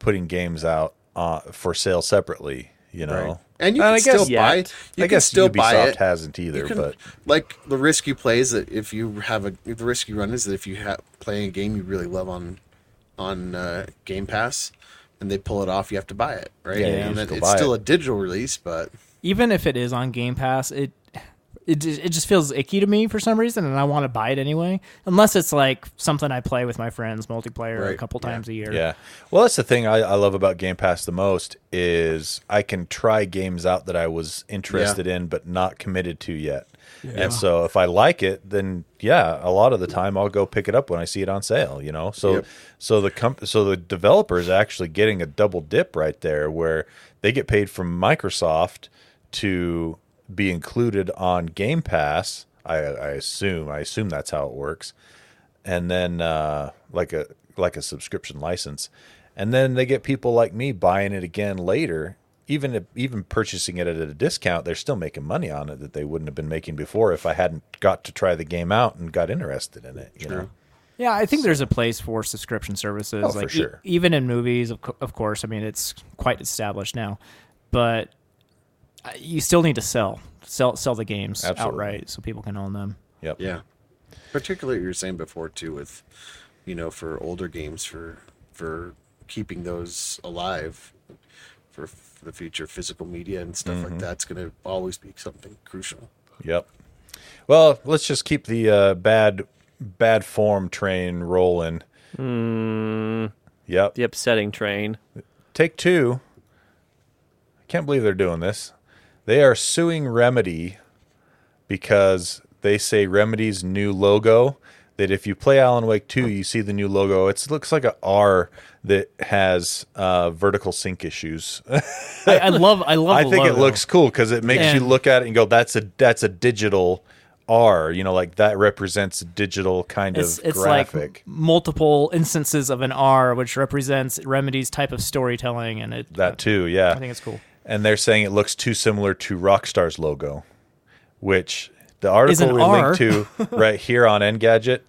[SPEAKER 1] putting games out uh, for sale separately you know
[SPEAKER 3] Right. And you can
[SPEAKER 1] I guess,
[SPEAKER 3] still buy
[SPEAKER 4] yet.
[SPEAKER 1] I
[SPEAKER 3] you can
[SPEAKER 1] guess
[SPEAKER 3] still
[SPEAKER 1] Ubisoft
[SPEAKER 3] buy it.
[SPEAKER 1] hasn't either
[SPEAKER 3] You can-
[SPEAKER 1] but
[SPEAKER 3] like the risk you play is that if you have a the risk you run is that if you ha- play a game you really love on on uh, Game Pass and they pull it off, you have to buy it, right?
[SPEAKER 1] Yeah,
[SPEAKER 2] you
[SPEAKER 3] and
[SPEAKER 1] still
[SPEAKER 3] it's
[SPEAKER 1] buy
[SPEAKER 3] still
[SPEAKER 1] it.
[SPEAKER 3] a digital release, but
[SPEAKER 2] even if it is on Game Pass, it it it just feels icky to me for some reason, and I want to buy it anyway. Unless it's like something I play with my friends, multiplayer, a
[SPEAKER 3] Right,
[SPEAKER 2] couple
[SPEAKER 3] yeah.
[SPEAKER 2] times a year.
[SPEAKER 1] yeah well that's the thing I, I love about game pass the most is i can try games out that i was interested in but not committed to yet and so if i like it then yeah a lot of the time i'll go pick it up when i see it on sale you know so
[SPEAKER 3] Yep.
[SPEAKER 1] so the comp- so the developer is actually getting a double dip right there where they get paid from microsoft to be included on game pass i, I assume i assume that's how it works and then uh, like a like a subscription license, and then they get people like me buying it again later. Even if, even purchasing it at a discount, they're still making money on it that they wouldn't have been making before if I hadn't got to try the game out and got interested in it. You know,
[SPEAKER 2] Yeah, I think there's a place for subscription services.
[SPEAKER 1] Oh,
[SPEAKER 2] like
[SPEAKER 1] for
[SPEAKER 2] e-
[SPEAKER 1] sure.
[SPEAKER 2] even in movies, of, co- of course. I mean, it's quite established now, but uh, you still need to sell sell sell the games
[SPEAKER 1] Absolutely.
[SPEAKER 2] outright so people can own them.
[SPEAKER 1] yep,
[SPEAKER 3] yeah. Particularly what you were saying before too with you know, for older games for for keeping those alive for, for the future physical media and stuff
[SPEAKER 1] Mm-hmm.
[SPEAKER 3] like that's going to always be something crucial.
[SPEAKER 1] yep. Well, let's just keep the uh, bad bad form train rolling. Yep.
[SPEAKER 4] The upsetting train.
[SPEAKER 1] Take two. I can't believe they're doing this. They are suing Remedy because they say Remedy's new logo that if you play Alan Wake 2, you see the new logo. It looks like a R that has uh, vertical sync issues.
[SPEAKER 2] I, I love I
[SPEAKER 1] <laughs>
[SPEAKER 2] love.
[SPEAKER 1] I
[SPEAKER 2] the
[SPEAKER 1] think it
[SPEAKER 2] logo.
[SPEAKER 1] looks cool because it makes you
[SPEAKER 2] And-
[SPEAKER 1] look at it and go, "That's a that's a digital R." You know, like that represents a digital kind
[SPEAKER 2] It's,
[SPEAKER 1] of
[SPEAKER 2] it's like
[SPEAKER 1] graphic.
[SPEAKER 2] m- multiple instances of an R, which represents Remedy's type of storytelling, and it
[SPEAKER 1] that too, yeah.
[SPEAKER 2] I think it's cool.
[SPEAKER 1] and they're saying it looks too similar to Rockstar's logo, which the article
[SPEAKER 2] an
[SPEAKER 1] we
[SPEAKER 2] R.
[SPEAKER 1] linked to right here on Engadget,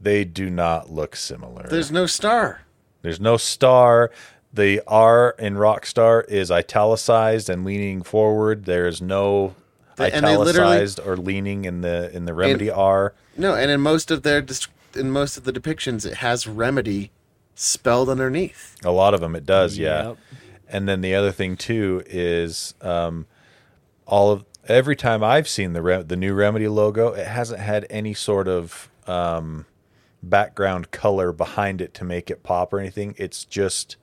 [SPEAKER 1] they do not look similar. There's,
[SPEAKER 3] There's no star.
[SPEAKER 1] no star. The R in Rockstar is italicized and leaning forward. There is no
[SPEAKER 3] They- and they literally-
[SPEAKER 1] italicized or leaning in the in the remedy R.
[SPEAKER 3] No, and in most of their dis- in most of the depictions, it has remedy spelled underneath.
[SPEAKER 1] A lot of them, it does, yeah.
[SPEAKER 2] Yep.
[SPEAKER 1] And then the other thing too is um, all of every time I've seen the re- the new Remedy logo, it hasn't had any sort of um, background color behind it to make it pop or anything. It's just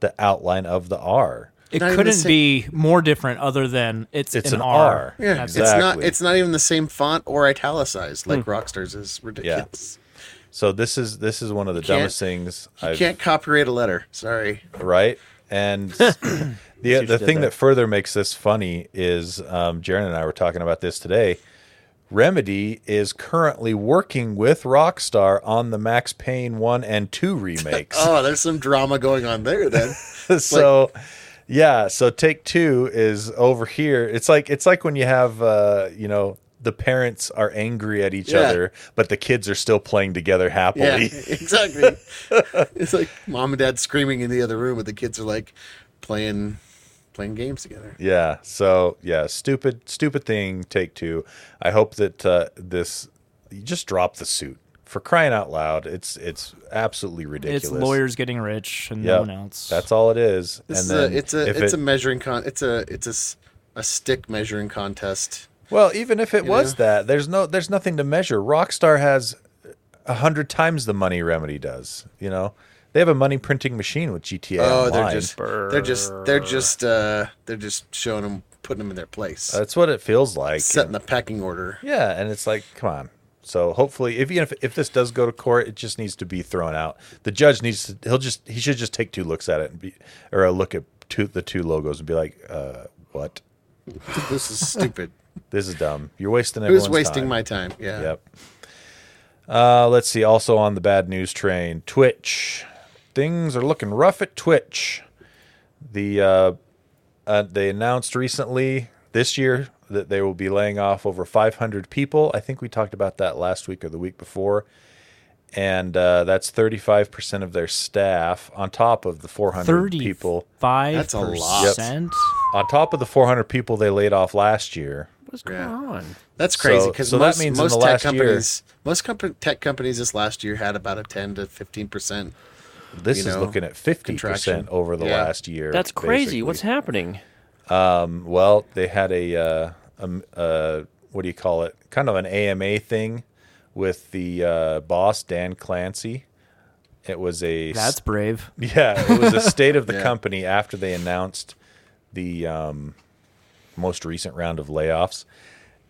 [SPEAKER 1] the outline of the R.
[SPEAKER 2] It
[SPEAKER 3] Not even the
[SPEAKER 2] couldn't
[SPEAKER 3] same-
[SPEAKER 2] be more different other than it's,
[SPEAKER 1] It's
[SPEAKER 2] an,
[SPEAKER 1] an
[SPEAKER 2] R.
[SPEAKER 1] R.
[SPEAKER 3] Yeah,
[SPEAKER 2] That's-
[SPEAKER 3] it's not
[SPEAKER 1] Exactly.
[SPEAKER 3] it's not even the same font or italicized like Rockstar's is ridiculous.
[SPEAKER 1] So this is this is one of the
[SPEAKER 3] can't-
[SPEAKER 1] dumbest things
[SPEAKER 3] You
[SPEAKER 1] I've
[SPEAKER 3] can't copyright a letter. Sorry.
[SPEAKER 1] right? And
[SPEAKER 3] <laughs>
[SPEAKER 1] <clears throat> the the
[SPEAKER 4] did
[SPEAKER 1] thing
[SPEAKER 4] there.
[SPEAKER 1] that further makes this funny is um, Jaron and I were talking about this today. Remedy is currently working with Rockstar on the Max Payne one and two remakes. <laughs>
[SPEAKER 3] <laughs> Oh, there's some drama going on there then.
[SPEAKER 1] so yeah, so Take Two is over here. It's like it's like when you have uh, you know the parents are angry at each
[SPEAKER 3] Yeah.
[SPEAKER 1] other, but the kids are still playing together
[SPEAKER 3] Yeah,
[SPEAKER 1] <laughs> happily.
[SPEAKER 3] <laughs> exactly. it's like mom and dad screaming in the other room, but the kids are like playing playing games together.
[SPEAKER 1] Yeah. So yeah, stupid, stupid thing. Take two. I hope that uh, this you just drop the suit for crying out loud. It's it's absolutely ridiculous.
[SPEAKER 2] It's lawyers getting rich and
[SPEAKER 1] Yep.
[SPEAKER 2] no one else.
[SPEAKER 1] That's all it is.
[SPEAKER 3] This is
[SPEAKER 1] and then
[SPEAKER 3] a, it's a
[SPEAKER 1] if
[SPEAKER 3] it's
[SPEAKER 1] it-
[SPEAKER 3] a measuring con it's a it's a, s- a stick measuring contest.
[SPEAKER 1] well, even if it was
[SPEAKER 3] know?
[SPEAKER 1] that, there's no there's nothing to measure. Rockstar has a hundred times the money Remedy does. You know, they have a money printing machine with GTA
[SPEAKER 3] Oh,
[SPEAKER 1] Online.
[SPEAKER 3] they're just they're just they're just uh they're just showing them putting them in their place,
[SPEAKER 1] That's what it feels like.
[SPEAKER 3] setting the pecking order.
[SPEAKER 1] Yeah, and it's like, come on. So hopefully, if even if, if this does go to court, it just needs to be thrown out. The judge needs to. He'll just he should just take two looks at it and be or a look at two the two logos and be like, uh, what?
[SPEAKER 3] This
[SPEAKER 1] <laughs>
[SPEAKER 3] is stupid.
[SPEAKER 1] This is dumb. You're wasting everyone's
[SPEAKER 3] Who's wasting
[SPEAKER 1] time.
[SPEAKER 3] my time? Yeah.
[SPEAKER 1] Yep. Uh, let's see. Also on the bad news train, Twitch. Things are looking rough at Twitch. The uh, uh, they announced recently this year that they will be laying off over 500 people. I think we talked about that last week or the week before, and uh, that's 35 percent of their staff. On top of the 400
[SPEAKER 2] thirty
[SPEAKER 1] people,
[SPEAKER 2] Five
[SPEAKER 3] That's a lot.
[SPEAKER 2] percent.
[SPEAKER 1] on top of the 400 people they laid off last year.
[SPEAKER 4] What's
[SPEAKER 3] Yeah.
[SPEAKER 4] going on?
[SPEAKER 3] That's crazy
[SPEAKER 1] So-
[SPEAKER 3] because
[SPEAKER 1] so that
[SPEAKER 3] most,
[SPEAKER 1] means in
[SPEAKER 3] most
[SPEAKER 1] the
[SPEAKER 3] tech
[SPEAKER 1] last year-
[SPEAKER 3] companies most compa- tech companies this last year had about a 10 to 15 percent.
[SPEAKER 1] This
[SPEAKER 3] You
[SPEAKER 1] is
[SPEAKER 3] know,
[SPEAKER 1] looking at 50
[SPEAKER 3] contraction.
[SPEAKER 1] percent over the
[SPEAKER 3] Yeah.
[SPEAKER 1] last year.
[SPEAKER 4] That's crazy.
[SPEAKER 1] basically.
[SPEAKER 4] What's happening?
[SPEAKER 1] Well, they had a, uh, um, uh, what do you call it? Kind of an AMA thing with the uh, boss Dan Clancy. It was a
[SPEAKER 2] That's brave.
[SPEAKER 1] <laughs> yeah, it was a state of the
[SPEAKER 3] Yeah.
[SPEAKER 1] company after they announced the um, most recent round of layoffs,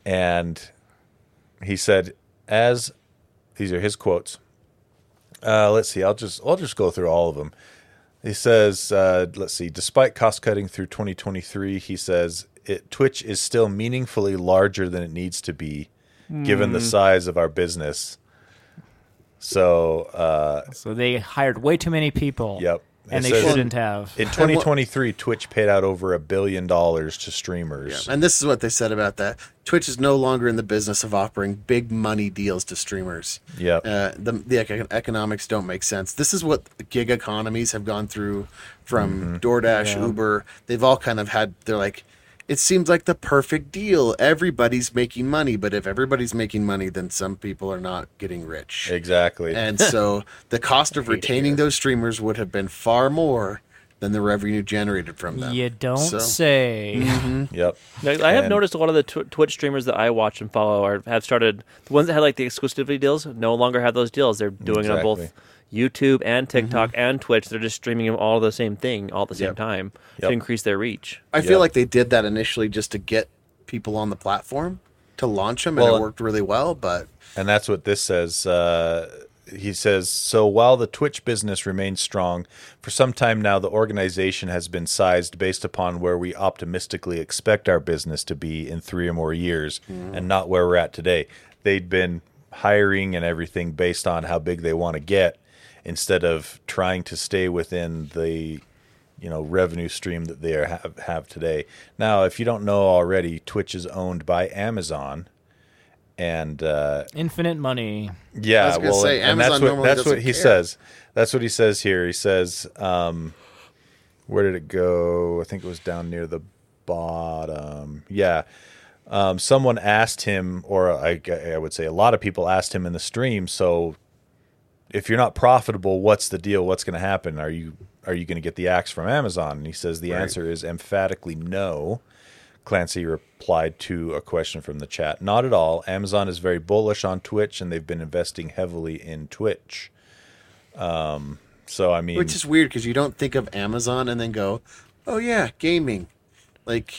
[SPEAKER 1] and he said, "As these are his quotes. Uh, let's see. I'll just I'll just go through all of them." He says, uh, "Let's see. Despite cost cutting through 2023, he says it Twitch is still meaningfully larger than it needs to be, given the size of our business." So uh,
[SPEAKER 2] So they hired way too many people.
[SPEAKER 1] Yep.
[SPEAKER 2] And
[SPEAKER 1] It
[SPEAKER 2] they
[SPEAKER 1] says-
[SPEAKER 2] shouldn't have.
[SPEAKER 1] in 2023, Twitch paid out over a billion dollars to streamers.
[SPEAKER 3] And this is what they said about that. Twitch is no longer in the business of offering big money deals to streamers.
[SPEAKER 1] Yep.
[SPEAKER 3] Uh, the the eco- economics don't make sense. This is what the gig economies have gone through from DoorDash, Uber. They've all kind of had, they're like, it seems like the perfect deal. Everybody's making money, but if everybody's making money, then some people are not getting rich.
[SPEAKER 1] Exactly.
[SPEAKER 3] And so the cost of retaining those streamers would have been far more than the revenue generated from them.
[SPEAKER 2] You don't
[SPEAKER 3] So-
[SPEAKER 2] say.
[SPEAKER 1] <laughs> yep.
[SPEAKER 4] Now, I have
[SPEAKER 1] And-
[SPEAKER 4] noticed a lot of the tw- Twitch streamers that I watch and follow are have started the ones that had like the exclusivity deals no longer have those deals. They're doing it on both
[SPEAKER 1] Exactly.
[SPEAKER 4] YouTube and TikTok and Twitch. They're just streaming them all the same thing all at the same
[SPEAKER 3] Yep.
[SPEAKER 4] time
[SPEAKER 1] Yep.
[SPEAKER 4] to increase their reach.
[SPEAKER 3] I
[SPEAKER 1] Yeah.
[SPEAKER 3] feel like they did that initially just to get people on the platform to launch them, and
[SPEAKER 1] Well, uh, hmm.
[SPEAKER 3] it worked really well. But
[SPEAKER 1] And that's what this says. Uh, he says So while the Twitch business remains strong, for some time now, the organization has been sized based upon where we optimistically expect our business to be in three or more years and not where we're at today. They'd been hiring and everything based on how big they want to get instead of trying to stay within the you know revenue stream that they are, have, have today. Now, if you don't know already, Twitch is owned by Amazon, and uh,
[SPEAKER 2] Infinite money.
[SPEAKER 1] yeah,
[SPEAKER 3] I was gonna
[SPEAKER 1] well,
[SPEAKER 3] say,
[SPEAKER 1] and, and
[SPEAKER 3] Amazon
[SPEAKER 1] that's what
[SPEAKER 3] normally
[SPEAKER 1] that's what
[SPEAKER 3] doesn't
[SPEAKER 1] he
[SPEAKER 3] care.
[SPEAKER 1] says. That's what he says here. He says, um, "Where did it go? I think it was down near the bottom." Yeah, um, someone asked him, or I, I would say a lot of people asked him in the stream. So, if you're not profitable, what's the deal? What's going to happen? Are you are you going to get the axe from Amazon? And he says the answer is emphatically no. Clancy replied to a question from the chat. Not at all. Amazon is very bullish on Twitch, and they've been investing heavily in Twitch. Um, so I mean,
[SPEAKER 3] which is weird because you don't think of Amazon and then go, "Oh yeah, gaming." Like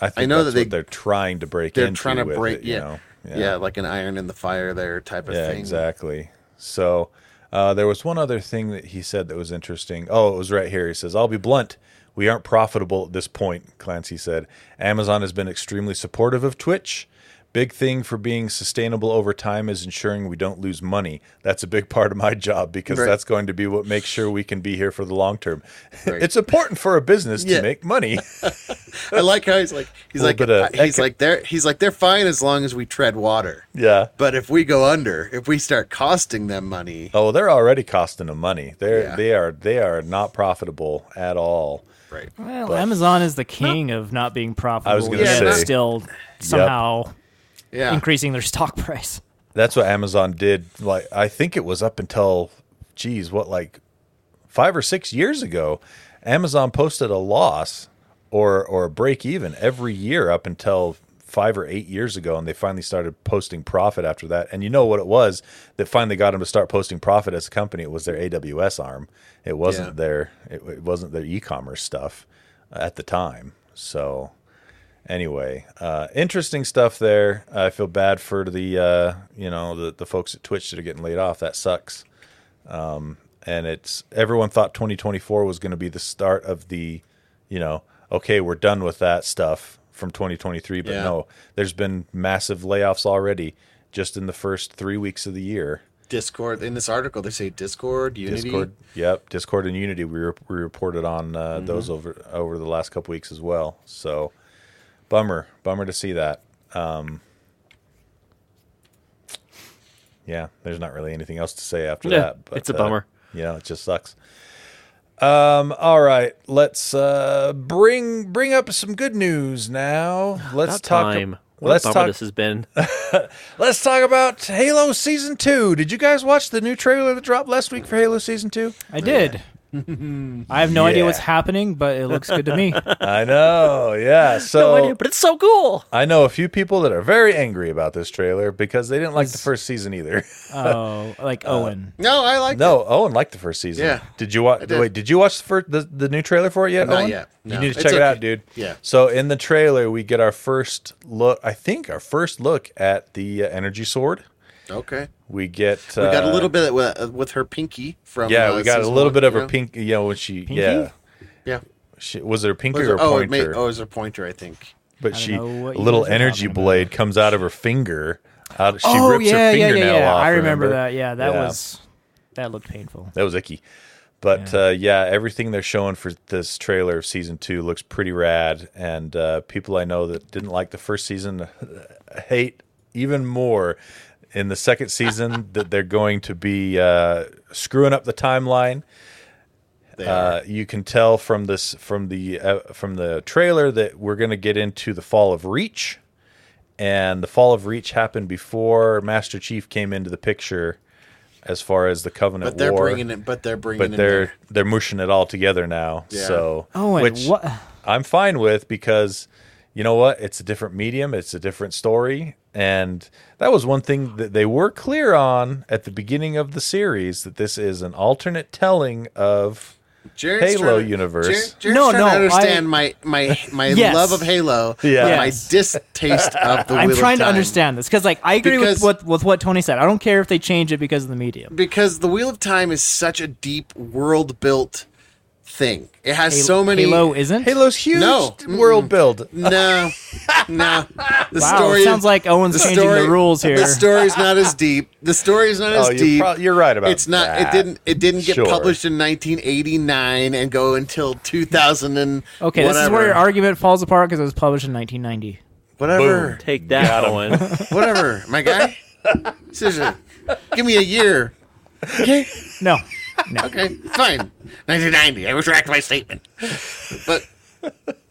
[SPEAKER 1] I, think
[SPEAKER 3] I know
[SPEAKER 1] that's
[SPEAKER 3] that
[SPEAKER 1] what they're trying to break.
[SPEAKER 3] they're
[SPEAKER 1] into
[SPEAKER 3] trying to
[SPEAKER 1] with
[SPEAKER 3] break,
[SPEAKER 1] it,
[SPEAKER 3] yeah,
[SPEAKER 1] you know?
[SPEAKER 3] yeah, like an iron in the fire there type of
[SPEAKER 1] Yeah,
[SPEAKER 3] thing.
[SPEAKER 1] exactly. So uh, there was one other thing that he said that was interesting. Oh, it was right here. He says, I'll be blunt. We aren't profitable at this point, Clancy said. Amazon has been extremely supportive of Twitch. Big thing for being sustainable over time is ensuring we don't lose money. That's a big part of my job because
[SPEAKER 3] Right.
[SPEAKER 1] that's going to be what makes sure we can be here for the long term.
[SPEAKER 3] Right.
[SPEAKER 1] it's important for a business
[SPEAKER 3] <laughs> Yeah.
[SPEAKER 1] to make money.
[SPEAKER 3] <laughs> I like how he's like he's
[SPEAKER 1] Little
[SPEAKER 3] like
[SPEAKER 1] bit of
[SPEAKER 3] uh, he's
[SPEAKER 1] echo.
[SPEAKER 3] like they're he's like they're fine as long as we tread water.
[SPEAKER 1] Yeah.
[SPEAKER 3] But if we go under, if we start costing them money,
[SPEAKER 1] Oh, they're already costing them money. They're
[SPEAKER 3] Yeah.
[SPEAKER 1] they are they are not profitable at all.
[SPEAKER 3] right?
[SPEAKER 2] Well, Amazon is the king of not being profitable.
[SPEAKER 1] gonna
[SPEAKER 2] yet
[SPEAKER 3] say.
[SPEAKER 2] still somehow
[SPEAKER 3] Yeah,
[SPEAKER 2] increasing their stock price.
[SPEAKER 1] That's what Amazon did. Like I think it was up until, geez, what like five or six years ago, Amazon posted a loss or or a break even every year up until five or eight years ago, and they finally started posting profit after that. And you know what it was that finally got them to start posting profit as a company? It was their AWS arm. It wasn't
[SPEAKER 3] Yeah.
[SPEAKER 1] their it, it wasn't their e-commerce stuff at the time. So anyway, uh, interesting stuff there. I feel bad for the uh, you know the the folks at Twitch that are getting laid off. That sucks. Um, and it's everyone thought 2024 was going to be the start of the, you know, okay, we're done with that stuff from 2023. But
[SPEAKER 3] Yeah.
[SPEAKER 1] no, there's been massive layoffs already just in the first three weeks of the year.
[SPEAKER 3] Discord. In this article, they say Discord, Unity.
[SPEAKER 1] Discord, yep, Discord and Unity. We, re- we reported on uh,
[SPEAKER 4] Mm-hmm.
[SPEAKER 1] those over over the last couple weeks as well. So, bummer, bummer to see that. Um, yeah, there's not really anything else to say after
[SPEAKER 4] Yeah,
[SPEAKER 1] that. uh,
[SPEAKER 4] it's a bummer.
[SPEAKER 1] You know, it just sucks. Um, all right, let's uh, bring bring up some good news
[SPEAKER 4] <sighs>
[SPEAKER 1] now. Let's
[SPEAKER 4] About
[SPEAKER 1] talk.
[SPEAKER 4] time. What
[SPEAKER 1] Let's
[SPEAKER 4] a bummer
[SPEAKER 1] talk.
[SPEAKER 4] this
[SPEAKER 1] <laughs>
[SPEAKER 4] has been.
[SPEAKER 1] Let's talk about Halo Season Two. Did you guys watch the new trailer that dropped last week for Halo Season Two? <laughs>
[SPEAKER 2] I did. I have no idea
[SPEAKER 1] Yeah.
[SPEAKER 2] what's happening, but it looks good
[SPEAKER 1] <laughs>
[SPEAKER 2] to me.
[SPEAKER 1] I know, yeah.
[SPEAKER 4] no
[SPEAKER 1] So
[SPEAKER 4] idea, but it's so cool.
[SPEAKER 1] I know a few people that are very angry about this trailer because they didn't like the first season either. <laughs>
[SPEAKER 2] Oh, like
[SPEAKER 1] Uh,
[SPEAKER 2] Owen.
[SPEAKER 3] No, I like
[SPEAKER 1] no, Owen liked the first season.
[SPEAKER 3] Yeah,
[SPEAKER 1] Did you watch?
[SPEAKER 3] did.
[SPEAKER 1] Wait, did you watch the, first, the the new trailer for it yet?
[SPEAKER 3] Not
[SPEAKER 1] Owen?
[SPEAKER 3] yet,
[SPEAKER 1] You
[SPEAKER 3] no.
[SPEAKER 1] need to
[SPEAKER 3] It's
[SPEAKER 1] check it out,
[SPEAKER 3] okay.
[SPEAKER 1] dude.
[SPEAKER 3] Yeah.
[SPEAKER 1] So in the trailer, we get our first look. I think our first look at the uh, energy sword.
[SPEAKER 3] it. Okay,
[SPEAKER 1] We get
[SPEAKER 3] we got a
[SPEAKER 1] uh,
[SPEAKER 3] little bit with, with her pinky from
[SPEAKER 1] Yeah,
[SPEAKER 3] uh,
[SPEAKER 1] we got a
[SPEAKER 3] season
[SPEAKER 1] little
[SPEAKER 3] one,
[SPEAKER 1] bit of
[SPEAKER 3] you
[SPEAKER 1] her
[SPEAKER 3] know?
[SPEAKER 1] pink. You know when she yeah.
[SPEAKER 3] Yeah,
[SPEAKER 1] She, was it her pinky
[SPEAKER 3] Was
[SPEAKER 1] or
[SPEAKER 3] it-
[SPEAKER 1] a
[SPEAKER 3] oh, it
[SPEAKER 1] pointer?
[SPEAKER 3] may, oh, it was a pointer, I think.
[SPEAKER 1] but
[SPEAKER 2] don't
[SPEAKER 1] she a
[SPEAKER 2] know what you
[SPEAKER 1] little
[SPEAKER 2] guys are
[SPEAKER 1] energy
[SPEAKER 2] talking about.
[SPEAKER 1] blade comes out of her finger. Out, she
[SPEAKER 2] oh
[SPEAKER 1] rips
[SPEAKER 2] yeah,
[SPEAKER 1] her
[SPEAKER 2] yeah,
[SPEAKER 1] fingernail
[SPEAKER 2] yeah, yeah.
[SPEAKER 1] off.
[SPEAKER 2] I remember, that. Yeah, that
[SPEAKER 1] Yeah.
[SPEAKER 2] was that looked painful.
[SPEAKER 1] That was icky. But yeah. Uh, yeah, everything they're showing for this trailer of season two looks pretty rad. And uh, people I know that didn't like the first season uh, hate even more in the second season that they're going to be uh, screwing up the timeline.
[SPEAKER 3] They
[SPEAKER 1] Uh, you can tell from this from the uh, from the trailer that we're going to get into the fall of Reach, and the fall of Reach happened before Master Chief came into the picture, as far as the Covenant
[SPEAKER 3] but they're
[SPEAKER 1] War.
[SPEAKER 3] bringing it. But they're bringing.
[SPEAKER 1] but
[SPEAKER 3] in
[SPEAKER 1] they're they're mushing it all together now.
[SPEAKER 3] Yeah.
[SPEAKER 1] So
[SPEAKER 2] Oh, and
[SPEAKER 1] which
[SPEAKER 2] what?
[SPEAKER 1] I'm fine with because you know what? It's a different medium. It's a different story. And that was one thing that they were clear on at the beginning of the series that this is an alternate telling of
[SPEAKER 3] Jared's
[SPEAKER 1] Halo
[SPEAKER 3] trying to-
[SPEAKER 1] universe.
[SPEAKER 3] Jared, Jared's
[SPEAKER 2] No,
[SPEAKER 3] trying
[SPEAKER 2] no,
[SPEAKER 3] to understand
[SPEAKER 2] I-
[SPEAKER 3] my my
[SPEAKER 2] <laughs>
[SPEAKER 3] my
[SPEAKER 2] Yes.
[SPEAKER 3] love of Halo,
[SPEAKER 1] Yeah.
[SPEAKER 3] but my
[SPEAKER 2] Yes. <laughs>
[SPEAKER 3] distaste of the.
[SPEAKER 2] I'm
[SPEAKER 3] Wheel of
[SPEAKER 2] trying to
[SPEAKER 3] Time.
[SPEAKER 2] understand this because, like, I agree
[SPEAKER 3] Because-
[SPEAKER 2] with what with what Tony said. I don't care if they change it because of the medium.
[SPEAKER 3] because the Wheel of Time is such a deep world built thing. It has so many.
[SPEAKER 2] Halo isn't.
[SPEAKER 1] Halo's huge
[SPEAKER 3] No.
[SPEAKER 1] world build.
[SPEAKER 3] <laughs> No, no. The
[SPEAKER 2] Wow,
[SPEAKER 3] story
[SPEAKER 2] it sounds like Owen's
[SPEAKER 3] the
[SPEAKER 2] changing
[SPEAKER 3] story-
[SPEAKER 2] the rules here.
[SPEAKER 3] The story's not as deep. The story's not
[SPEAKER 1] Oh,
[SPEAKER 3] as
[SPEAKER 1] you're,
[SPEAKER 3] deep.
[SPEAKER 1] pro- you're right about
[SPEAKER 3] it's not.
[SPEAKER 1] that.
[SPEAKER 3] It didn't. It didn't get
[SPEAKER 1] Sure.
[SPEAKER 3] published in 1989 and go until 2000 and
[SPEAKER 2] okay,
[SPEAKER 3] whatever.
[SPEAKER 2] this is where your argument falls apart because it was published in 1990.
[SPEAKER 3] whatever,
[SPEAKER 4] Take
[SPEAKER 1] <laughs>
[SPEAKER 4] that, Owen.
[SPEAKER 3] whatever, my guy. Seriously, give me a year. Okay,
[SPEAKER 2] No, no.
[SPEAKER 3] okay, fine. 1990. I retract my statement. But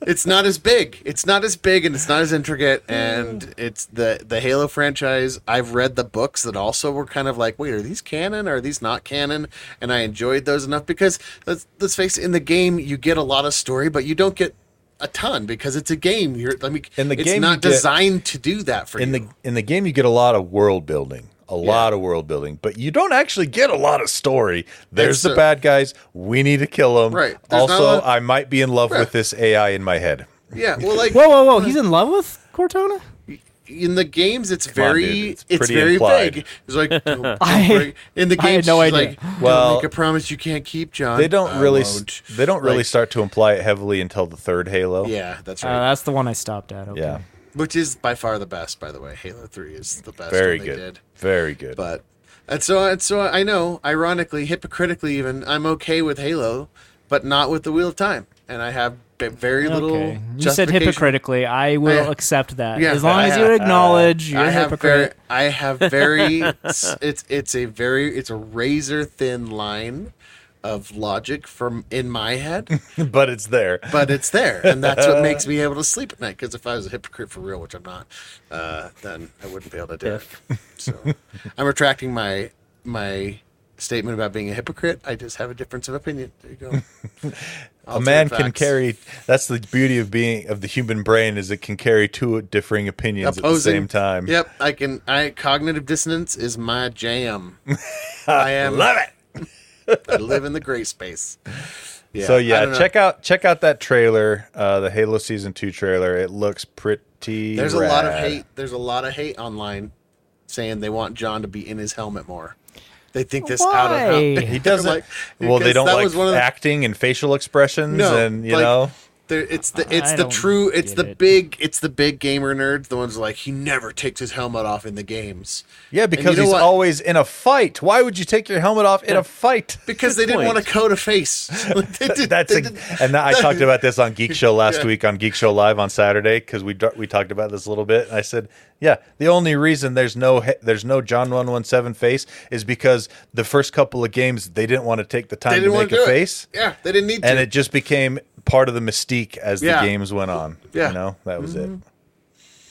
[SPEAKER 3] it's not as big. It's not as big, and it's not as intricate. And it's the the Halo franchise. I've read the books that also were kind of like, wait, are these canon? Are these not canon? And I enjoyed those enough because let's let's face it, in the game you get a lot of story, but you don't get a ton because it's a game. You're I mean,
[SPEAKER 1] In the
[SPEAKER 3] it's
[SPEAKER 1] game, you
[SPEAKER 3] not
[SPEAKER 1] get-
[SPEAKER 3] designed to do that for
[SPEAKER 1] in
[SPEAKER 3] you.
[SPEAKER 1] the in the game you get a lot of world building a lot of world building but you don't actually get a lot of story there's
[SPEAKER 3] That's
[SPEAKER 1] the
[SPEAKER 3] a-
[SPEAKER 1] bad guys we need to kill them
[SPEAKER 3] Right. There's not a
[SPEAKER 1] also
[SPEAKER 3] lot-
[SPEAKER 1] i might be in love
[SPEAKER 3] Right.
[SPEAKER 1] with this ai in my head
[SPEAKER 3] yeah, well, like
[SPEAKER 2] Whoa, whoa, whoa! He's in love with Cortana.
[SPEAKER 3] in the games it's
[SPEAKER 1] on,
[SPEAKER 3] very
[SPEAKER 1] dude. It's
[SPEAKER 3] it's,
[SPEAKER 1] pretty
[SPEAKER 3] very
[SPEAKER 1] implied.
[SPEAKER 3] vague.
[SPEAKER 1] <laughs>
[SPEAKER 3] It's like don't
[SPEAKER 2] I-
[SPEAKER 3] break- in the
[SPEAKER 2] I had
[SPEAKER 3] games
[SPEAKER 2] no
[SPEAKER 3] she's
[SPEAKER 2] idea.
[SPEAKER 3] like
[SPEAKER 1] Well,
[SPEAKER 3] well, make a promise you can't keep, John.
[SPEAKER 1] they don't
[SPEAKER 3] I
[SPEAKER 1] really s-
[SPEAKER 3] won't.
[SPEAKER 1] they don't really
[SPEAKER 3] Like-
[SPEAKER 1] start to imply it heavily until the third halo
[SPEAKER 3] Yeah, that's
[SPEAKER 2] Uh,
[SPEAKER 3] right.
[SPEAKER 2] that's the one I stopped at. Okay.
[SPEAKER 1] yeah
[SPEAKER 3] Which is by far the best, by the way. Halo Three is the best.
[SPEAKER 1] very
[SPEAKER 3] one
[SPEAKER 1] good
[SPEAKER 3] They did.
[SPEAKER 1] very good
[SPEAKER 3] But and so and so I know, ironically, hypocritically, even I'm okay with Halo, but not with the Wheel of Time. and I have b- very little.
[SPEAKER 2] Okay. You said
[SPEAKER 3] justification-
[SPEAKER 2] hypocritically. I will
[SPEAKER 3] I-
[SPEAKER 2] accept that.
[SPEAKER 3] Yeah,
[SPEAKER 2] as long
[SPEAKER 3] I
[SPEAKER 2] as
[SPEAKER 3] ha-
[SPEAKER 2] you acknowledge you're
[SPEAKER 3] I
[SPEAKER 2] a
[SPEAKER 3] have
[SPEAKER 2] hypocrite.
[SPEAKER 3] very, I have
[SPEAKER 1] <laughs>
[SPEAKER 3] very, it's it's a very, it's a razor thin line of logic from in my head,
[SPEAKER 1] <laughs> but it's there.
[SPEAKER 3] but it's there, and that's what makes me able to sleep at night. Because if I was a hypocrite for real, which I'm not, uh, then I wouldn't be able to do it. So I'm retracting my my statement about being a hypocrite. I just have a difference of opinion. There you go.
[SPEAKER 1] <laughs> a
[SPEAKER 3] Alternate
[SPEAKER 1] man can
[SPEAKER 3] facts.
[SPEAKER 1] carry. That's the beauty of being of the human brain is it can carry two differing opinions
[SPEAKER 3] opposing
[SPEAKER 1] at the same time.
[SPEAKER 3] Yep, I can. I cognitive dissonance is
[SPEAKER 1] <laughs>
[SPEAKER 3] my jam. I am.
[SPEAKER 1] love it.
[SPEAKER 3] I live in the gray space.
[SPEAKER 1] <laughs> so
[SPEAKER 3] I
[SPEAKER 1] yeah,
[SPEAKER 3] don't know.
[SPEAKER 1] check out check out that trailer, uh, the Halo Season Two trailer. It looks pretty.
[SPEAKER 3] There's a lot of
[SPEAKER 1] rad.
[SPEAKER 3] hate. There's a lot of hate online saying they want John to be in his helmet more. They think this out of
[SPEAKER 2] Why?
[SPEAKER 3] <laughs> hel-
[SPEAKER 1] He doesn't.
[SPEAKER 3] Like,
[SPEAKER 1] well, they
[SPEAKER 3] because
[SPEAKER 1] don't
[SPEAKER 3] that
[SPEAKER 1] like
[SPEAKER 3] was one of the-
[SPEAKER 1] acting and facial expressions,
[SPEAKER 3] No,
[SPEAKER 1] and you
[SPEAKER 3] like,
[SPEAKER 1] know,
[SPEAKER 3] There, it's the it's
[SPEAKER 2] I
[SPEAKER 3] the
[SPEAKER 2] don't
[SPEAKER 3] true it's
[SPEAKER 2] get
[SPEAKER 3] the
[SPEAKER 2] it.
[SPEAKER 3] big it's the big gamer nerds the ones like he never takes his helmet off in the games
[SPEAKER 1] yeah, because
[SPEAKER 3] know
[SPEAKER 1] he's
[SPEAKER 3] what?
[SPEAKER 1] always in a fight. Why would you take your helmet off in a fight?
[SPEAKER 3] because they didn't
[SPEAKER 4] point.
[SPEAKER 3] want to code
[SPEAKER 1] <laughs>
[SPEAKER 3] a face. <laughs> They did-
[SPEAKER 1] That's
[SPEAKER 3] they
[SPEAKER 1] a,
[SPEAKER 3] didn't-
[SPEAKER 1] and I talked about this on Geek Show last
[SPEAKER 3] Yeah.
[SPEAKER 1] week on Geek Show Live on Saturday because we d- we talked about this a little bit. I said, yeah, the only reason there's no he- there's no John one one seven face is because the first couple of games they didn't want to take the
[SPEAKER 3] they
[SPEAKER 1] time to
[SPEAKER 3] didn't want
[SPEAKER 1] make
[SPEAKER 3] to do
[SPEAKER 1] a
[SPEAKER 3] it.
[SPEAKER 1] face,
[SPEAKER 3] Yeah, they didn't need to.
[SPEAKER 1] and it just became part of the mystique as
[SPEAKER 3] Yeah.
[SPEAKER 1] the games went on.
[SPEAKER 3] Yeah.
[SPEAKER 1] you
[SPEAKER 3] Mm-hmm.
[SPEAKER 1] know that was it.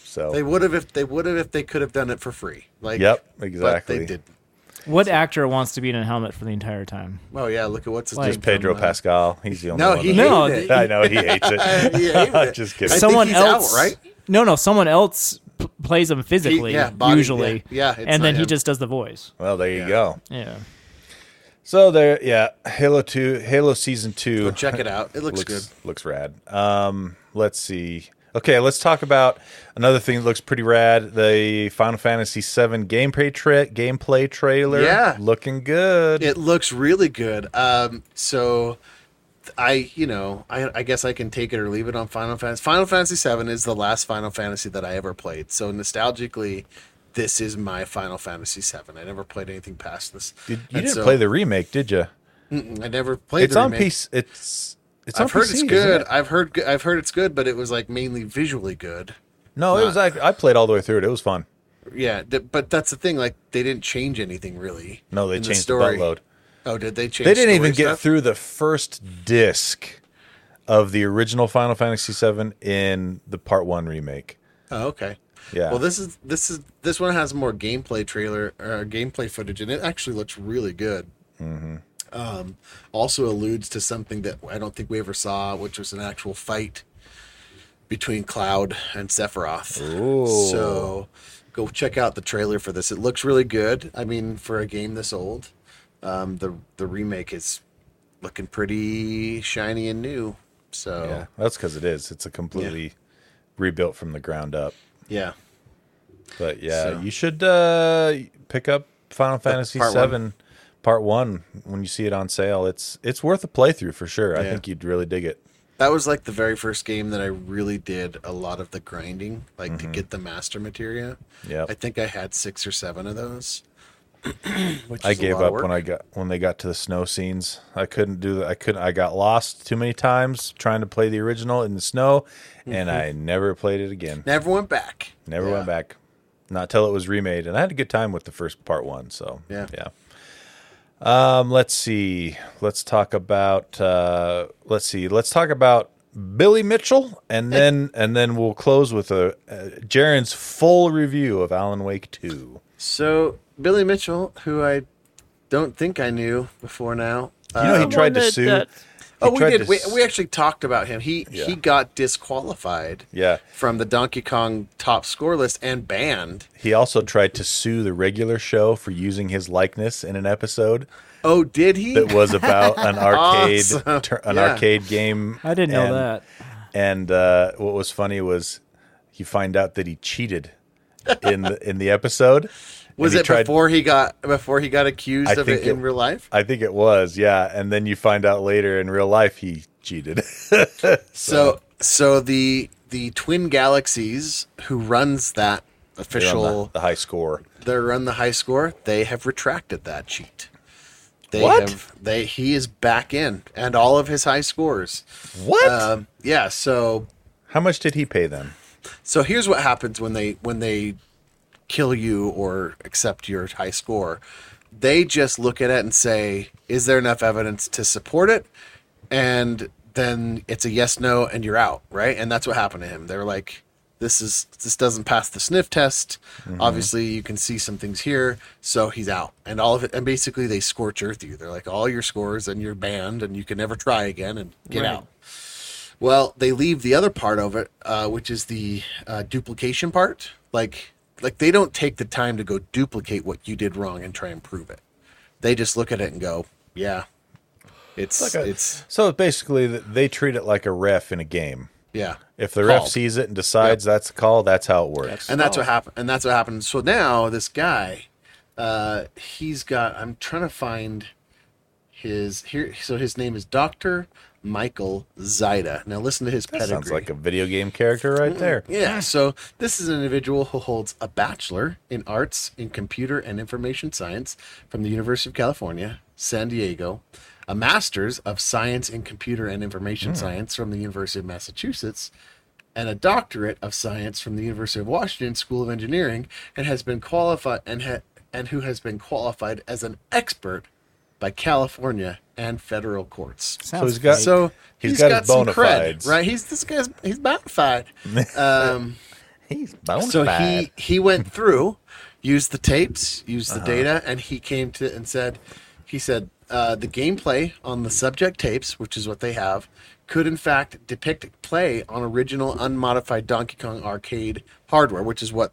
[SPEAKER 1] So
[SPEAKER 3] They would have if they would have if they could have done it for free. Like
[SPEAKER 1] Yep,
[SPEAKER 3] But
[SPEAKER 1] exactly.
[SPEAKER 3] they did.
[SPEAKER 2] What actor wants to be in a helmet for the entire time?
[SPEAKER 3] Well, Oh, yeah. Look at what's his
[SPEAKER 2] Like-
[SPEAKER 3] name.
[SPEAKER 1] Pedro
[SPEAKER 3] from, uh,
[SPEAKER 1] Pascal, he's the only
[SPEAKER 3] No,
[SPEAKER 1] one.
[SPEAKER 3] he
[SPEAKER 1] that-
[SPEAKER 2] No,
[SPEAKER 3] hated it.
[SPEAKER 2] the-
[SPEAKER 1] <laughs> I know he hates it.
[SPEAKER 3] <laughs> He
[SPEAKER 1] <laughs>
[SPEAKER 3] hated it.
[SPEAKER 1] Just
[SPEAKER 3] I
[SPEAKER 1] kidding.
[SPEAKER 3] think
[SPEAKER 2] Someone
[SPEAKER 3] he's
[SPEAKER 2] else,
[SPEAKER 3] out, right?
[SPEAKER 2] No, no, someone else p- plays him physically
[SPEAKER 3] yeah, body-
[SPEAKER 2] usually.
[SPEAKER 3] yeah, yeah, it's
[SPEAKER 2] and then
[SPEAKER 3] not
[SPEAKER 2] he
[SPEAKER 3] him.
[SPEAKER 2] just does the voice.
[SPEAKER 1] Well, there you go.
[SPEAKER 2] Yeah.
[SPEAKER 1] So there, yeah, Halo Two, Halo Season Two.
[SPEAKER 3] Go check
[SPEAKER 1] <laughs>
[SPEAKER 3] it out. It looks, good.
[SPEAKER 1] Looks rad. Um, let's see. Okay, let's talk about another thing that looks pretty rad: the Final Fantasy VII gameplay tra- gameplay trailer.
[SPEAKER 3] Yeah.
[SPEAKER 1] looking good.
[SPEAKER 3] It looks really good. Um, so I, you know, I, I guess I can take it or leave it on Final Fantasy. Final Fantasy VII is the last Final Fantasy that I ever played. So nostalgically, this is my Final Fantasy VII. I never played anything past this.
[SPEAKER 1] Did, you
[SPEAKER 3] And
[SPEAKER 1] didn't
[SPEAKER 3] so-
[SPEAKER 1] play the remake, did you?
[SPEAKER 3] I never uh, played.
[SPEAKER 1] It's
[SPEAKER 3] the
[SPEAKER 1] on
[SPEAKER 3] remake.
[SPEAKER 1] PC. It's it's on
[SPEAKER 3] I've heard
[SPEAKER 1] PC,
[SPEAKER 3] it's
[SPEAKER 1] isn't
[SPEAKER 3] good.
[SPEAKER 1] it?
[SPEAKER 3] I've heard I've heard it's good, but it was like mainly visually good.
[SPEAKER 1] No, it was. I, I played all the way through it. It was fun.
[SPEAKER 3] Yeah, th- but that's the thing. Like they didn't change anything really.
[SPEAKER 1] No, they
[SPEAKER 3] in
[SPEAKER 1] changed the,
[SPEAKER 3] story.
[SPEAKER 1] buttload.
[SPEAKER 3] Oh, did they change?
[SPEAKER 1] They didn't even
[SPEAKER 3] story
[SPEAKER 1] get
[SPEAKER 3] stuff?
[SPEAKER 1] through the first disc of the original Final Fantasy VII in the Part One remake.
[SPEAKER 3] Oh, okay.
[SPEAKER 1] Yeah.
[SPEAKER 3] Well, this is this is this one has more gameplay trailer uh, gameplay footage, and it actually looks really good. Mm-hmm. Um, also alludes to something that I don't think we ever saw, which was an actual fight between Cloud and Sephiroth.
[SPEAKER 1] Ooh.
[SPEAKER 3] So go check out the trailer for this. It looks really good. I mean, for a game this old, um, the the remake is looking pretty shiny and new. So
[SPEAKER 1] Yeah, that's because it is. It's a completely rebuilt from the ground up.
[SPEAKER 3] yeah.
[SPEAKER 1] But yeah,
[SPEAKER 3] So-
[SPEAKER 1] you should uh, pick up Final Fantasy
[SPEAKER 3] part
[SPEAKER 1] VII
[SPEAKER 3] one.
[SPEAKER 1] Part One when you see it on sale. It's it's worth a playthrough for sure. I
[SPEAKER 3] Yeah.
[SPEAKER 1] think you'd really dig it.
[SPEAKER 3] That was like the very first game that I really did a lot of the grinding, like to get the master materia.
[SPEAKER 1] Mm-hmm. Yep.
[SPEAKER 3] I think I had six or seven of those. <clears throat> which
[SPEAKER 1] I
[SPEAKER 3] is a
[SPEAKER 1] gave
[SPEAKER 3] lot of
[SPEAKER 1] up when
[SPEAKER 3] work.
[SPEAKER 1] I got when they got to the snow scenes. I couldn't do that. I couldn't. I got lost too many times trying to play the original in the snow, and
[SPEAKER 3] Mm-hmm.
[SPEAKER 1] I never played it again.
[SPEAKER 3] never went back.
[SPEAKER 1] Never
[SPEAKER 3] Yeah.
[SPEAKER 1] went back. Not till it was remade, and I had a good time with the first part one. So
[SPEAKER 3] Yeah.
[SPEAKER 1] yeah. Um, let's see. Let's talk about. Uh, let's see. Let's talk about Billy Mitchell, and then and then we'll close with a uh, Jaren's full review of Alan Wake Two.
[SPEAKER 3] So Billy Mitchell, who I don't think I knew before now. uh,
[SPEAKER 1] You know, he
[SPEAKER 4] The
[SPEAKER 1] tried to
[SPEAKER 4] one that-
[SPEAKER 1] sue.
[SPEAKER 4] that-
[SPEAKER 1] he
[SPEAKER 3] oh, we
[SPEAKER 1] tried
[SPEAKER 3] did.
[SPEAKER 1] to
[SPEAKER 3] We,
[SPEAKER 1] s-
[SPEAKER 3] we actually talked about him. He
[SPEAKER 1] Yeah.
[SPEAKER 3] he got disqualified.
[SPEAKER 1] Yeah.
[SPEAKER 3] From the Donkey Kong top score list and banned.
[SPEAKER 1] He also tried to sue the regular show for using his likeness in an episode
[SPEAKER 3] Oh, did he?
[SPEAKER 1] that was about
[SPEAKER 3] <laughs>
[SPEAKER 1] an arcade
[SPEAKER 3] Awesome.
[SPEAKER 1] tur- an
[SPEAKER 3] Yeah.
[SPEAKER 1] arcade game.
[SPEAKER 2] I didn't know
[SPEAKER 1] and-
[SPEAKER 2] that.
[SPEAKER 1] And uh, what was funny was you find out that he cheated in the in the
[SPEAKER 3] <laughs>
[SPEAKER 1] episode.
[SPEAKER 3] Was
[SPEAKER 1] And he
[SPEAKER 3] it before he got before he got accused
[SPEAKER 1] I
[SPEAKER 3] of
[SPEAKER 1] think
[SPEAKER 3] it
[SPEAKER 1] it-
[SPEAKER 3] in real life?
[SPEAKER 1] I think it was, yeah. And then you find out later in real life he cheated. <laughs>
[SPEAKER 3] So so the the Twin Galaxies who runs that
[SPEAKER 1] They're on
[SPEAKER 3] official
[SPEAKER 1] the, the high score.
[SPEAKER 3] they run the high score, they have retracted that cheat. They
[SPEAKER 1] What?
[SPEAKER 3] have they he is back in and all of his high scores.
[SPEAKER 1] What?
[SPEAKER 3] Um, yeah, so
[SPEAKER 1] How much did he pay them?
[SPEAKER 3] so here's what happens when they when they kill you or accept your high score. They just look at it and say, "Is there enough evidence to support it?" And then it's a yes, no, and you're out, right? And that's what happened to him. They were like, "This is this doesn't pass the sniff test. Obviously, you can see some things here, so he's out." And all of it, and basically, they scorch earth you. They're like, "All your scores, and you're banned, and you can never try again, and get
[SPEAKER 2] Right.
[SPEAKER 3] out." Well, they leave the other part of it, uh, which is the uh, duplication part. Like, like they don't take the time to go duplicate what you did wrong and try and prove it. They just look at it and go, "Yeah, it's it's,
[SPEAKER 1] like a- So basically, th- they treat it like a ref in a game.
[SPEAKER 3] yeah."
[SPEAKER 1] If the ref
[SPEAKER 3] Called.
[SPEAKER 1] sees it and decides that's a call, that's how it works.
[SPEAKER 3] and that's what happened. And that's what happened. So now this guy, uh, he's got. I'm trying to find his here. So his name is Doctor Michael Zaida. Now listen to his
[SPEAKER 1] That
[SPEAKER 3] pedigree.
[SPEAKER 1] sounds like a video game character right there.
[SPEAKER 3] Yeah, so this is an individual who holds a bachelor in arts in computer and information science from the University of California, San Diego, a master's of science in computer and information
[SPEAKER 1] Hmm.
[SPEAKER 3] science from the University of Massachusetts, and a doctorate of science from the University of Washington School of Engineering, and has been qualified and ha- and who has been qualified as an expert by California and federal courts.
[SPEAKER 2] Sounds
[SPEAKER 1] he's got-
[SPEAKER 2] fake.
[SPEAKER 3] So
[SPEAKER 1] He's
[SPEAKER 3] he's
[SPEAKER 1] got
[SPEAKER 3] got,
[SPEAKER 1] his
[SPEAKER 3] some
[SPEAKER 1] bona
[SPEAKER 3] cred,
[SPEAKER 1] fides.
[SPEAKER 3] right? He's this guy's he's bona
[SPEAKER 1] <laughs>
[SPEAKER 3] fide. Um,
[SPEAKER 1] He's bona
[SPEAKER 3] so
[SPEAKER 1] fide.
[SPEAKER 3] he he went through, used the tapes, used the data, and he came to and said, he said uh, the gameplay on the subject tapes, which is what they have, could in fact depict play on original unmodified Donkey Kong arcade hardware, which is what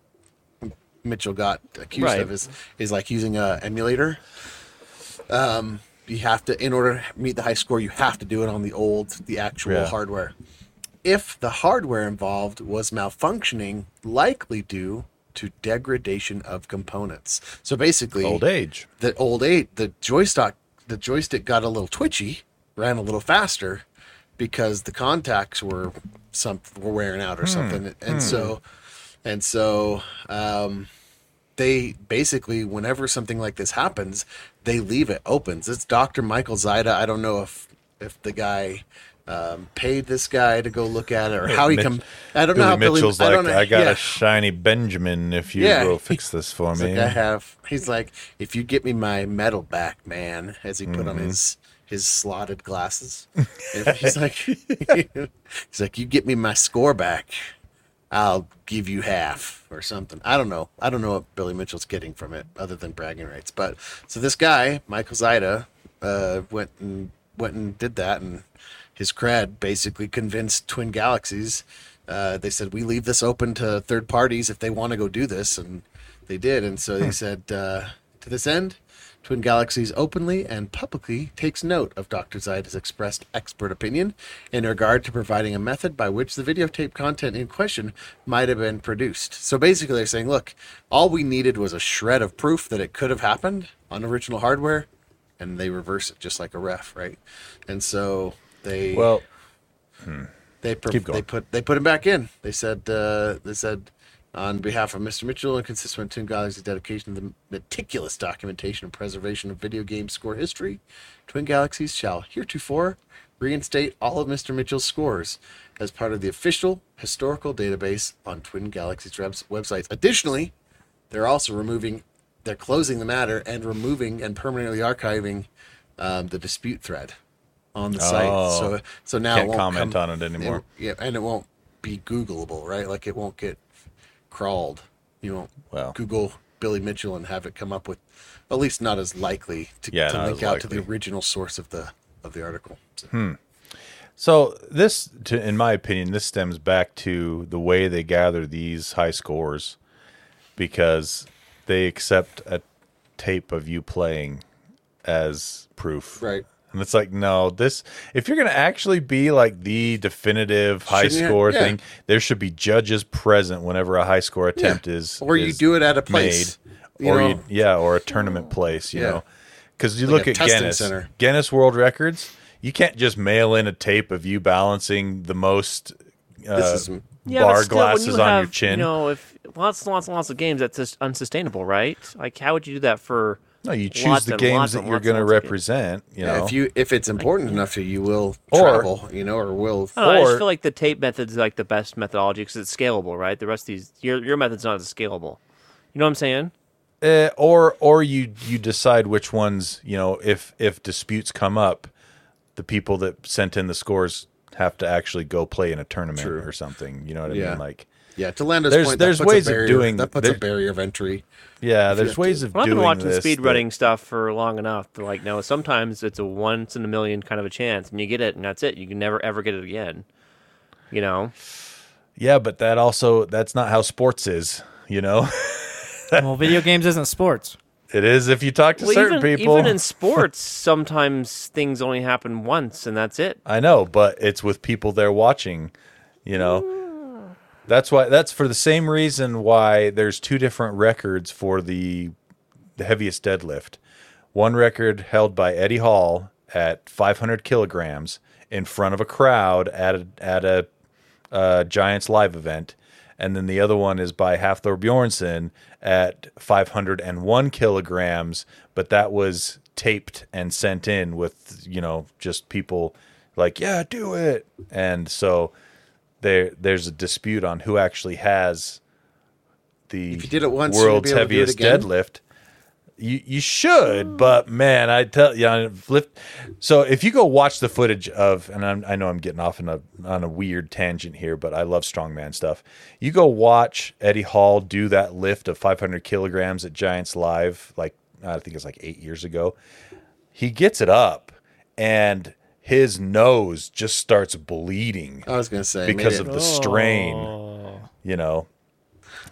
[SPEAKER 3] Mitchell got accused
[SPEAKER 4] Right.
[SPEAKER 3] of is is like using a emulator. Um, you have to in order to meet the high score, you have to do it on the old, the actual
[SPEAKER 1] Yeah.
[SPEAKER 3] hardware. If the hardware involved was malfunctioning, likely due to degradation of components. So basically,
[SPEAKER 1] Old age.
[SPEAKER 3] the old eight, the joystick, the joystick got a little twitchy, ran a little faster, because the contacts were some were wearing out
[SPEAKER 1] Hmm,
[SPEAKER 3] or something, and so, and so, um, they basically whenever something like this happens, they leave it opens. It's Doctor Michael Zaida. I don't know if if the guy. Um, paid this guy to go look at it, or how he
[SPEAKER 1] Mitch-
[SPEAKER 3] come. I don't know
[SPEAKER 1] Billy
[SPEAKER 3] how Billy.
[SPEAKER 1] Mitchell's
[SPEAKER 3] I
[SPEAKER 1] like,
[SPEAKER 3] don't know,
[SPEAKER 1] I, got
[SPEAKER 3] yeah.
[SPEAKER 1] a shiny Benjamin if you
[SPEAKER 3] Yeah.
[SPEAKER 1] go fix this for
[SPEAKER 3] He's
[SPEAKER 1] me.
[SPEAKER 3] like, I have. He's like, if you get me my medal back, man, as he put on his his slotted glasses. If- he's like, <laughs> he's like, you get me my score back, I'll give you half or something. I don't know. I don't know what Billy Mitchell's getting from it other than bragging rights. But so this guy, Michael Zaida, uh, went and went and did that, and his cred basically convinced Twin Galaxies. Uh, they said we leave this open to third parties if they want to go do this, and they did. And so they said uh, to this end, Twin Galaxies openly and publicly takes note of Dr. Zaida's expressed expert opinion in regard to providing a method by which the videotape content in question might have been produced. So basically, they're saying, look, all we needed was a shred of proof that it could have happened on original hardware, and they reverse it just like a ref, right? And so they
[SPEAKER 1] well,
[SPEAKER 3] they per-
[SPEAKER 1] Keep going.
[SPEAKER 3] they put they put him back in. They said uh, they said on behalf of Mr. Mitchell and consistent with Tim Galaxy's dedication to the meticulous documentation and preservation of video game score history, Twin Galaxies shall heretofore reinstate all of Mr. Mitchell's scores as part of the official historical database on Twin Galaxies webs- websites. Additionally, they're also removing they're closing the matter and removing and permanently archiving um, the dispute thread on the site.
[SPEAKER 1] Oh.
[SPEAKER 3] So so now
[SPEAKER 1] Can't
[SPEAKER 3] it won't
[SPEAKER 1] comment
[SPEAKER 3] come-
[SPEAKER 1] on it anymore.
[SPEAKER 3] yeah, and it won't be Googleable, right? Like it won't get crawled. You won't
[SPEAKER 1] Well.
[SPEAKER 3] Google Billy Mitchell and have it come up with, at least not as likely to,
[SPEAKER 1] Yeah,
[SPEAKER 3] to
[SPEAKER 1] not
[SPEAKER 3] link
[SPEAKER 1] as
[SPEAKER 3] out to the
[SPEAKER 1] likely.
[SPEAKER 3] original source of the of the article. So-
[SPEAKER 1] So this, to, in my opinion, this stems back to the way they gather these high scores, because they accept a tape of you playing as proof,
[SPEAKER 3] Right.
[SPEAKER 1] And it's like, no, this if you're going to actually be like the definitive high
[SPEAKER 3] Shouldn't you-
[SPEAKER 1] score
[SPEAKER 3] yeah.
[SPEAKER 1] thing, there should be judges present whenever a high score attempt
[SPEAKER 3] Yeah.
[SPEAKER 1] is
[SPEAKER 3] Or you
[SPEAKER 1] is
[SPEAKER 3] do it at a place,
[SPEAKER 1] made.
[SPEAKER 3] you
[SPEAKER 1] or
[SPEAKER 3] know?
[SPEAKER 1] you, yeah, or a tournament place, you
[SPEAKER 3] Yeah.
[SPEAKER 1] know. Cuz you
[SPEAKER 3] Like
[SPEAKER 1] look
[SPEAKER 3] a
[SPEAKER 1] at
[SPEAKER 3] testing
[SPEAKER 1] Guinness
[SPEAKER 3] center.
[SPEAKER 1] Guinness World Records, you can't just mail in a tape of you balancing the most uh,
[SPEAKER 3] This is-
[SPEAKER 1] bar
[SPEAKER 4] but still, when
[SPEAKER 1] glasses
[SPEAKER 4] you
[SPEAKER 1] on your
[SPEAKER 4] have,
[SPEAKER 1] chin.
[SPEAKER 4] You know, if lots and lots and lots of games, that's just unsustainable, right? Like, how would you do that for
[SPEAKER 1] No, you choose
[SPEAKER 4] Lots
[SPEAKER 1] the
[SPEAKER 4] and
[SPEAKER 1] games
[SPEAKER 4] lots
[SPEAKER 1] that
[SPEAKER 4] and
[SPEAKER 1] you're
[SPEAKER 4] lots
[SPEAKER 1] going to
[SPEAKER 4] and lots of games.
[SPEAKER 1] represent. You know,
[SPEAKER 3] Yeah, if you if it's important enough to you, you will
[SPEAKER 1] Or-
[SPEAKER 3] travel, you know, or will.
[SPEAKER 4] I, don't know, I
[SPEAKER 1] Or-
[SPEAKER 4] just feel like the tape method's like the best methodology because it's scalable, right? The rest of these, your your method's not as scalable. You know what I'm saying?
[SPEAKER 1] Eh, or or you you decide which ones you know if if disputes come up, the people that sent in the scores have to actually go play in a tournament or something. You know what I
[SPEAKER 3] Yeah.
[SPEAKER 1] mean? Like,
[SPEAKER 3] Yeah, to Lando's
[SPEAKER 1] There's-
[SPEAKER 3] point,
[SPEAKER 1] there's
[SPEAKER 3] that puts
[SPEAKER 1] ways
[SPEAKER 3] a
[SPEAKER 1] of
[SPEAKER 3] barrier,
[SPEAKER 1] doing-
[SPEAKER 3] that puts
[SPEAKER 1] there-
[SPEAKER 3] a barrier of entry.
[SPEAKER 1] yeah, there's
[SPEAKER 3] have to-
[SPEAKER 1] ways of
[SPEAKER 4] Well, I've
[SPEAKER 1] doing
[SPEAKER 4] been watching
[SPEAKER 1] this.
[SPEAKER 4] speed
[SPEAKER 1] that-
[SPEAKER 4] running stuff for long enough to like know sometimes it's a once in a million kind of a chance, and you get it, and that's it. You can never ever get it again. You know?
[SPEAKER 1] Yeah, but that also that's not how sports is. You know,
[SPEAKER 2] <laughs> well, video games isn't sports.
[SPEAKER 1] it is if you talk to
[SPEAKER 4] Well,
[SPEAKER 1] certain
[SPEAKER 4] even,
[SPEAKER 1] people. <laughs>
[SPEAKER 4] even in sports, sometimes things only happen once, and that's it.
[SPEAKER 1] I know, but it's with people there watching, you know.
[SPEAKER 4] Ah.
[SPEAKER 1] That's why that's for the same reason why there's two different records for the the heaviest deadlift. One record held by Eddie Hall at 500 kilograms in front of a crowd at a, at a uh, Giants live event, and then the other one is by Hafthor Bjornsson at 501 kilograms, but that was taped and sent in with you know just people like yeah do it, and so there there's a dispute on who actually has the
[SPEAKER 3] If you did it once, you'd be
[SPEAKER 1] world's
[SPEAKER 3] able to do it
[SPEAKER 1] heaviest
[SPEAKER 3] again?
[SPEAKER 1] deadlift. You you should, but man, I tell you, I flip. So if you go watch the footage of, and I'm, I know I'm getting off on a on a weird tangent here, but I love strongman stuff. You go watch Eddie Hall do that lift of 500 kilograms at Giants Live, like I think it's like eight years ago. He gets it up, and his nose just starts bleeding
[SPEAKER 3] I was gonna say maybe
[SPEAKER 1] because
[SPEAKER 3] it-
[SPEAKER 1] of the strain. You know,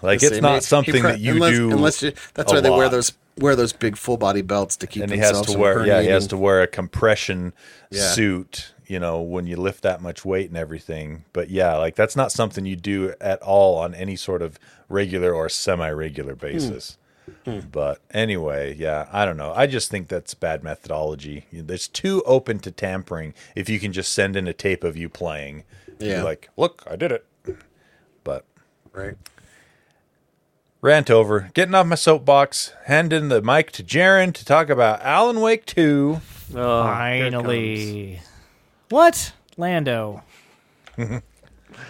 [SPEAKER 1] like
[SPEAKER 3] Just
[SPEAKER 1] it's
[SPEAKER 3] say,
[SPEAKER 1] not
[SPEAKER 3] mate,
[SPEAKER 1] something
[SPEAKER 3] he pre-
[SPEAKER 1] that you
[SPEAKER 3] unless,
[SPEAKER 1] do
[SPEAKER 3] Unless you, that's
[SPEAKER 1] a
[SPEAKER 3] why they wear
[SPEAKER 1] lot.
[SPEAKER 3] those wear those big full body belts to keep
[SPEAKER 1] and he
[SPEAKER 3] themselves
[SPEAKER 1] has to
[SPEAKER 3] from
[SPEAKER 1] wear yeah he has
[SPEAKER 3] herniating.
[SPEAKER 1] to wear a compression
[SPEAKER 3] Yeah.
[SPEAKER 1] suit you know when you lift that much weight and everything but yeah like that's not something you do at all on any sort of regular or
[SPEAKER 3] Hmm.
[SPEAKER 1] semi-regular basis but anyway yeah i don't know i just think that's bad methodology it's too open to tampering if you can just send in a tape of you playing yeah
[SPEAKER 3] Yeah.
[SPEAKER 1] like look i did it but
[SPEAKER 3] right.
[SPEAKER 1] Rant over. Getting off my soapbox. Handing the mic to Jaron to talk about Alan Wake 2.
[SPEAKER 4] Oh, here it comes.
[SPEAKER 2] Finally. What? Lando.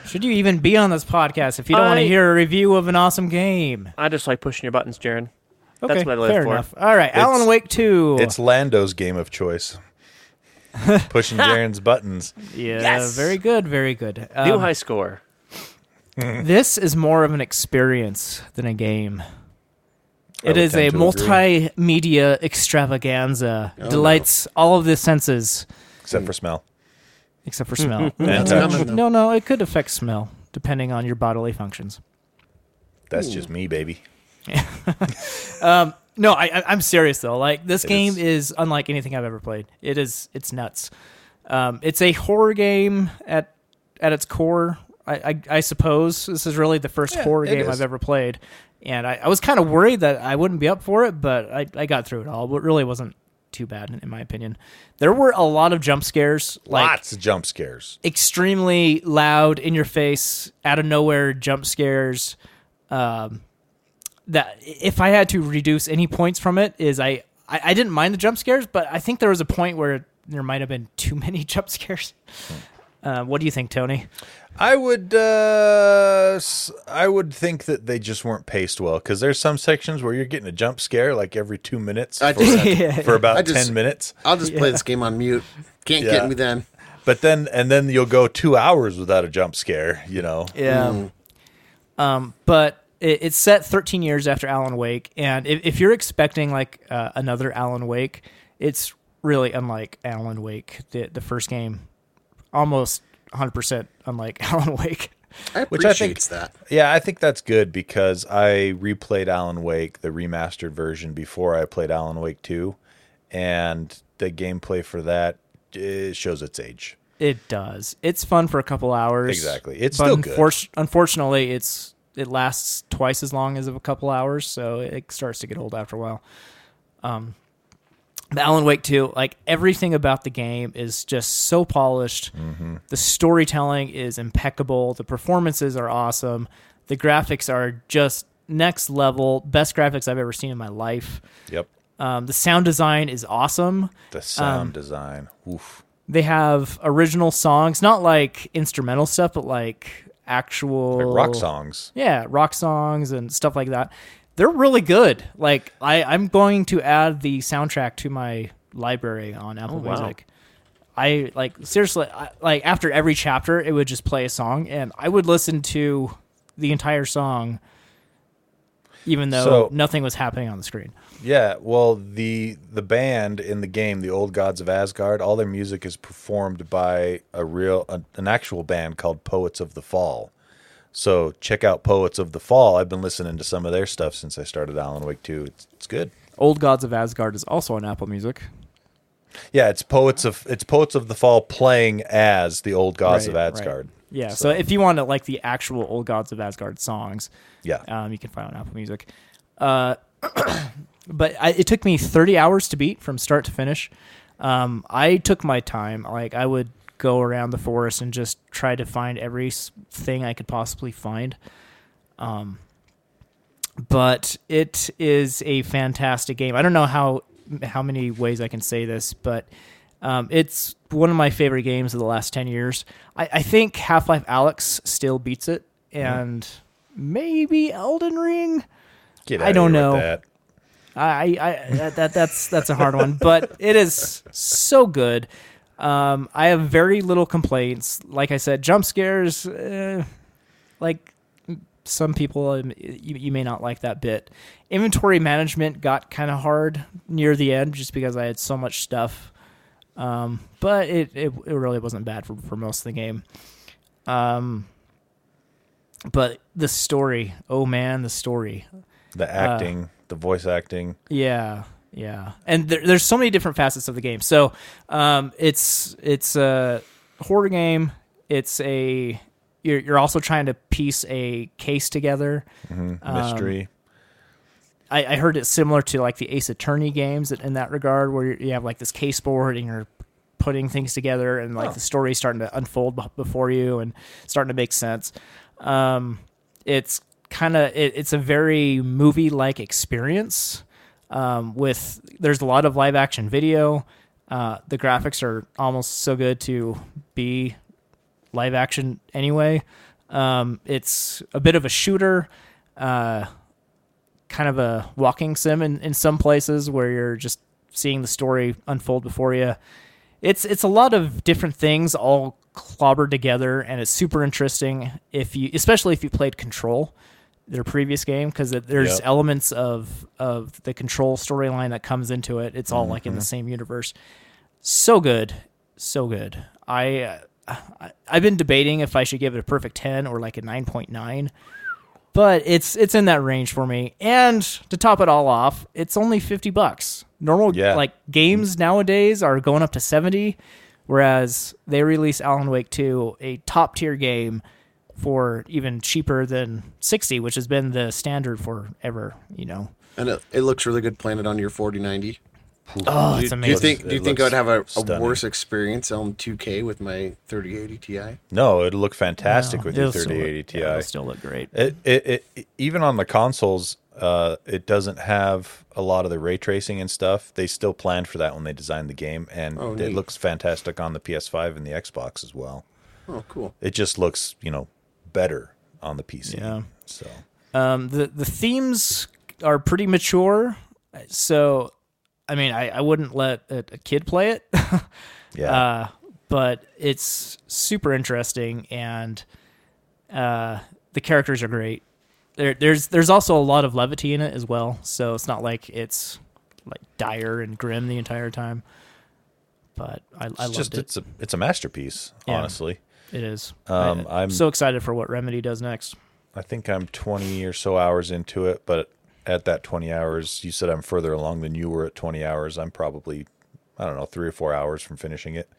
[SPEAKER 2] Should you even be on this podcast if you don't want
[SPEAKER 4] I-
[SPEAKER 2] to hear a review of an awesome game?
[SPEAKER 4] I just like pushing your buttons, Jaron.
[SPEAKER 2] Okay,
[SPEAKER 4] That's what I live
[SPEAKER 2] fair
[SPEAKER 4] for.
[SPEAKER 2] enough. All right, Alan
[SPEAKER 1] It's-
[SPEAKER 2] Wake 2.
[SPEAKER 1] It's Lando's game of
[SPEAKER 3] <laughs>
[SPEAKER 1] choice. Pushing Jaron's buttons.
[SPEAKER 2] yeah,
[SPEAKER 4] Yes!
[SPEAKER 2] Uh, very good, very good.
[SPEAKER 4] New
[SPEAKER 2] Um,
[SPEAKER 4] high score.
[SPEAKER 2] this is more of an experience than a game. It
[SPEAKER 1] would
[SPEAKER 2] is a
[SPEAKER 1] tend to agree. Oh,
[SPEAKER 2] multimedia extravaganza. Delights all of the senses
[SPEAKER 1] Except for smell.
[SPEAKER 2] except for
[SPEAKER 1] <laughs>
[SPEAKER 2] smell.
[SPEAKER 1] And
[SPEAKER 3] That's
[SPEAKER 1] touch.
[SPEAKER 3] coming, though.
[SPEAKER 2] no, no, it could affect smell depending on your bodily functions.
[SPEAKER 1] That's just me, baby.
[SPEAKER 2] No, I, I- I'm serious though. Like this
[SPEAKER 1] It
[SPEAKER 2] game
[SPEAKER 1] is-
[SPEAKER 2] is. unlike anything I've ever played. It is it's nuts. Um, it's a horror game at at its core. I, I, I suppose this is really the first horror
[SPEAKER 1] it
[SPEAKER 2] game
[SPEAKER 1] is.
[SPEAKER 2] I've ever played, and I, I was kind of worried that I wouldn't be up for it, but I, I got through it all. But it really wasn't too bad in, in my opinion. There were a lot of jump scares, like
[SPEAKER 1] Lots of jump scares.
[SPEAKER 2] extremely loud in your face out of nowhere jump scares um that if i had to reduce any points from it is I, I i didn't mind the jump scares but i think there was a point where there might have been too many <laughs> jump scares uh, what do you think tony
[SPEAKER 1] I would uh s- I would think that they just weren't paced well because there's some sections where you're getting a jump scare like every two minutes
[SPEAKER 3] I
[SPEAKER 1] for,
[SPEAKER 3] <laughs> just-
[SPEAKER 1] for
[SPEAKER 3] I
[SPEAKER 1] about
[SPEAKER 3] just-
[SPEAKER 1] ten minutes.
[SPEAKER 3] I'll just play this game on mute. Can't
[SPEAKER 1] Yeah.
[SPEAKER 3] get me then.
[SPEAKER 1] But then and then you'll go two hours without a jump scare, you know.
[SPEAKER 2] Yeah. Mm. Um, but it, it's set 13 years after Alan Wake, and if, if you're expecting like uh, another Alan Wake, it's really unlike Alan Wake, the the first game, almost 100 percent unlike <laughs> Alan Wake.
[SPEAKER 3] I
[SPEAKER 1] Which I
[SPEAKER 3] appreciate
[SPEAKER 1] think-
[SPEAKER 3] that.
[SPEAKER 1] Yeah, I think that's good because I replayed Alan Wake, the remastered version, before I played Alan Wake 2, and the gameplay for that eh, shows its age.
[SPEAKER 2] It does. It's fun for a couple hours.
[SPEAKER 1] Exactly. It's
[SPEAKER 2] but
[SPEAKER 1] still good.
[SPEAKER 2] unfor- Unfortunately, it's it lasts twice as long as a couple hours, so it starts to get old after a while. Um, the Alan Wake too. Like everything about the game is just so polished.
[SPEAKER 1] Mm-hmm.
[SPEAKER 2] The storytelling is impeccable. The performances are awesome. The graphics are just next level. Best graphics I've ever seen in my life
[SPEAKER 1] Yep.
[SPEAKER 2] Um, the sound design is awesome.
[SPEAKER 1] The sound design. Oof.
[SPEAKER 2] They have original songs, not like instrumental stuff, but like actual
[SPEAKER 1] Like rock songs.
[SPEAKER 2] Yeah, rock songs and stuff like that. They're really good. Like I, I'm going to add the soundtrack to my library on
[SPEAKER 1] Oh,
[SPEAKER 2] Apple
[SPEAKER 4] wow.
[SPEAKER 2] Music. I like seriously, I, like after every chapter, it would just play a song, and I would listen to the entire song, even though
[SPEAKER 1] So-
[SPEAKER 2] nothing was happening on the screen.
[SPEAKER 1] Yeah, well, the the band in the game, the Old Gods of Asgard, all their music is performed by a real an an actual band called Poets of the Fall. So check out Poets of the Fall. I've been listening to some of their stuff since I started Alan Wake 2. It's, it's good.
[SPEAKER 2] Old Gods of Asgard is also on Apple Music.
[SPEAKER 1] Yeah, it's Poets of it's Poets of the Fall playing as the Old Gods of
[SPEAKER 2] Right, right.
[SPEAKER 1] Asgard.
[SPEAKER 2] Yeah, so. if you want to like the actual Old Gods of Asgard songs,
[SPEAKER 1] Yeah.
[SPEAKER 2] um, you can find it on Apple Music. Uh, <clears throat> but I, it took me 30 hours to beat from start to finish. Um, I took my time. Like I would go around the forest and just try to find every s- thing I could possibly find. Um, but it is a fantastic game. I don't know how how many ways I can say this, but um, it's one of my favorite games of the last 10 years. I, I think Half Life Alex still beats it, and maybe Elden Ring.
[SPEAKER 1] Get
[SPEAKER 2] I
[SPEAKER 1] outta
[SPEAKER 2] don't
[SPEAKER 1] here
[SPEAKER 2] know.
[SPEAKER 1] With that.
[SPEAKER 2] I, I, I that, that that's that's a hard one, but it is so good. Um, I have very little complaints. Like I said, jump scares, eh, like some people, um, you, you may not like that bit. Inventory management got kind of hard near the end, just because I had so much stuff. Um, but it, it it really wasn't bad for for most of the game. Um, but the story, oh man, the story. Uh,
[SPEAKER 1] The acting, the voice acting.
[SPEAKER 2] Yeah, yeah, and there, there's so many different facets of the game. So, um, it's it's a horror game. It's a you're you're also trying to piece a case together. um,
[SPEAKER 1] mystery.
[SPEAKER 2] I, I heard it's similar to like the Ace Attorney games in- in that regard, where you have like this case board and you're putting things together, and like the story's starting to unfold beh- before you and starting to make sense. Um, it's kind of it, it's a very movie like experience. Um, with there's a lot of live action video. Uh, the graphics are almost so good to be live action anyway. Um, it's a bit of a shooter. Uh, kind of a walking sim in, in some places where you're just seeing the story unfold before you. It's it's a lot of different things all clobbered together, and it's super interesting if you, especially if you played Control, their previous game, because there's
[SPEAKER 1] Yep.
[SPEAKER 2] elements of of the Control storyline that comes into it. It's all like in the same universe. So good, so good. I. Uh, I- I've been debating if I should give it a perfect 10 or like a 9.9 but it's it's in that range for me. And to top it all off, it's only fifty bucks. Normal
[SPEAKER 1] Yeah.
[SPEAKER 2] like games nowadays are going up to seventy, whereas they release Alan Wake two, a top tier game, for even cheaper than sixty, which has been the standard forever. You know,
[SPEAKER 3] And it, it looks really good playing it on your 4090.
[SPEAKER 2] oh, it's
[SPEAKER 3] Do you
[SPEAKER 2] amazing.
[SPEAKER 3] think do you
[SPEAKER 1] it
[SPEAKER 3] think I would
[SPEAKER 1] looks
[SPEAKER 3] have a, a
[SPEAKER 1] stunning.
[SPEAKER 3] worse experience on 2K with my 3080 Ti?
[SPEAKER 1] No, it'll look fantastic with E your
[SPEAKER 2] Uh, It'll still look-
[SPEAKER 1] 3080 Ti.
[SPEAKER 2] yeah, it'll still look great.
[SPEAKER 1] It, it, it even on the consoles, uh, it doesn't have a lot of the ray tracing and stuff. They still planned for that when they designed the game, and
[SPEAKER 3] Oh,
[SPEAKER 1] it
[SPEAKER 3] neat.
[SPEAKER 1] looks fantastic on the PS5 and the Xbox as well.
[SPEAKER 3] Oh, cool.
[SPEAKER 1] It just looks, you know, better on the PC.
[SPEAKER 2] Yeah.
[SPEAKER 1] So
[SPEAKER 2] Um, the the themes are pretty mature, so I mean, I, I wouldn't let a, a kid play
[SPEAKER 1] <laughs>
[SPEAKER 2] it.
[SPEAKER 1] yeah,
[SPEAKER 2] uh, but it's super interesting and uh, the characters are great. There, there's there's also a lot of levity in it as well, so it's not like it's like dire and grim the entire time. But I, I
[SPEAKER 1] it's
[SPEAKER 2] loved
[SPEAKER 1] just
[SPEAKER 2] it.
[SPEAKER 1] it's a it's a masterpiece.
[SPEAKER 2] Yeah.
[SPEAKER 1] Honestly,
[SPEAKER 2] It is.
[SPEAKER 1] Um,
[SPEAKER 2] I,
[SPEAKER 1] I'm-
[SPEAKER 2] am so excited for what Remedy does next.
[SPEAKER 1] I think I'm 20 or so hours into it, but at that 20 hours, you said I'm further along than you were at 20 hours. I'm probably, I don't know, three or four hours from finishing it.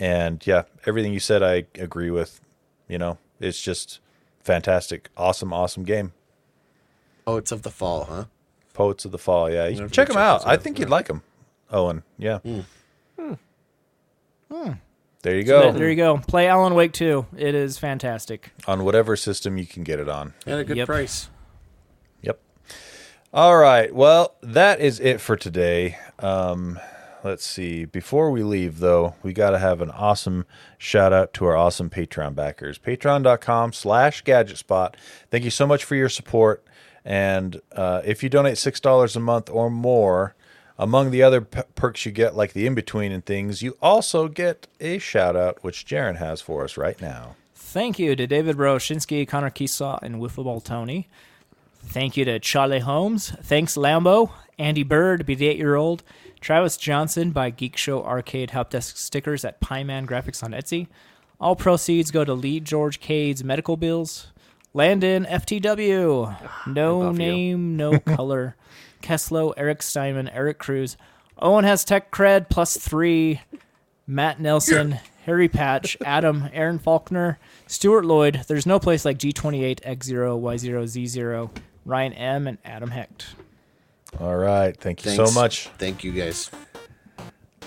[SPEAKER 1] And yeah, everything you said, I agree with. You know, it's just fantastic, awesome, awesome game.
[SPEAKER 3] Oh, it's of the fall, huh?
[SPEAKER 1] Poets of the Fall. Yeah, you
[SPEAKER 3] I'll have
[SPEAKER 1] should
[SPEAKER 3] to
[SPEAKER 1] check them
[SPEAKER 3] check
[SPEAKER 1] out.
[SPEAKER 3] those
[SPEAKER 1] I
[SPEAKER 3] out,
[SPEAKER 1] think
[SPEAKER 3] yeah.
[SPEAKER 1] you'd like them, Owen. Yeah. There you go.
[SPEAKER 2] There, there you go. Play Alan Wake 2. It is fantastic.
[SPEAKER 1] on whatever system you can get it on.
[SPEAKER 3] At a good
[SPEAKER 2] Yep.
[SPEAKER 3] price.
[SPEAKER 1] Yep. All right. Well, that is it for today. Um, let's see. Before we leave, though, we got to have an awesome shout out to our awesome Patreon backers. Patreon.com slash GadgetSpot. Thank you so much for your support. And uh, if you donate $6 a month or more, among the other p- perks you get, like the in between and things, you also get a shout out, which Jaron has for us right now.
[SPEAKER 2] Thank you to David Roshinsky, Connor Keesaw, and Wiffleball Tony. Thank you to Charlie Holmes. Thanks, Lambo, Andy Bird, Be the Eight Year Old, Travis Johnson by Geek Show Arcade Help Desk stickers at Pyman Graphics on Etsy. All proceeds go to Lee George Cade's medical bills. Landon FTW, no
[SPEAKER 4] above you.
[SPEAKER 2] name, no color. Keslow, Eric Steinman, Eric Cruz. Owen has tech cred plus three. Matt Nelson, Harry Patch, Adam, Aaron Faulkner, Stuart Lloyd. There's no place like G28, X0, Y0, Z0, Ryan M, and Adam Hecht.
[SPEAKER 1] All right. Thank you
[SPEAKER 3] Thanks.
[SPEAKER 1] so much.
[SPEAKER 3] Thank you guys.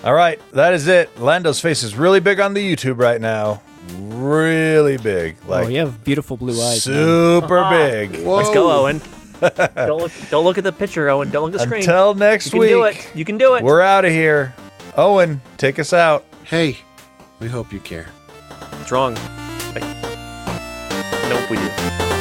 [SPEAKER 1] All right, that is it. Lando's face is really big on the YouTube right now. Really big. Like
[SPEAKER 2] oh, you have beautiful blue eyes. man.
[SPEAKER 4] Uh-huh.
[SPEAKER 1] super big.
[SPEAKER 4] Let's go, Owen. <laughs> don't look. Don't look at the picture, Owen. Don't look at the screen.
[SPEAKER 1] Until next
[SPEAKER 4] you can
[SPEAKER 1] week.
[SPEAKER 4] do it. You can do it.
[SPEAKER 1] We're out of here. Owen, take us out.
[SPEAKER 3] Hey, we hope you care.
[SPEAKER 4] It's wrong. Like, nope, we do.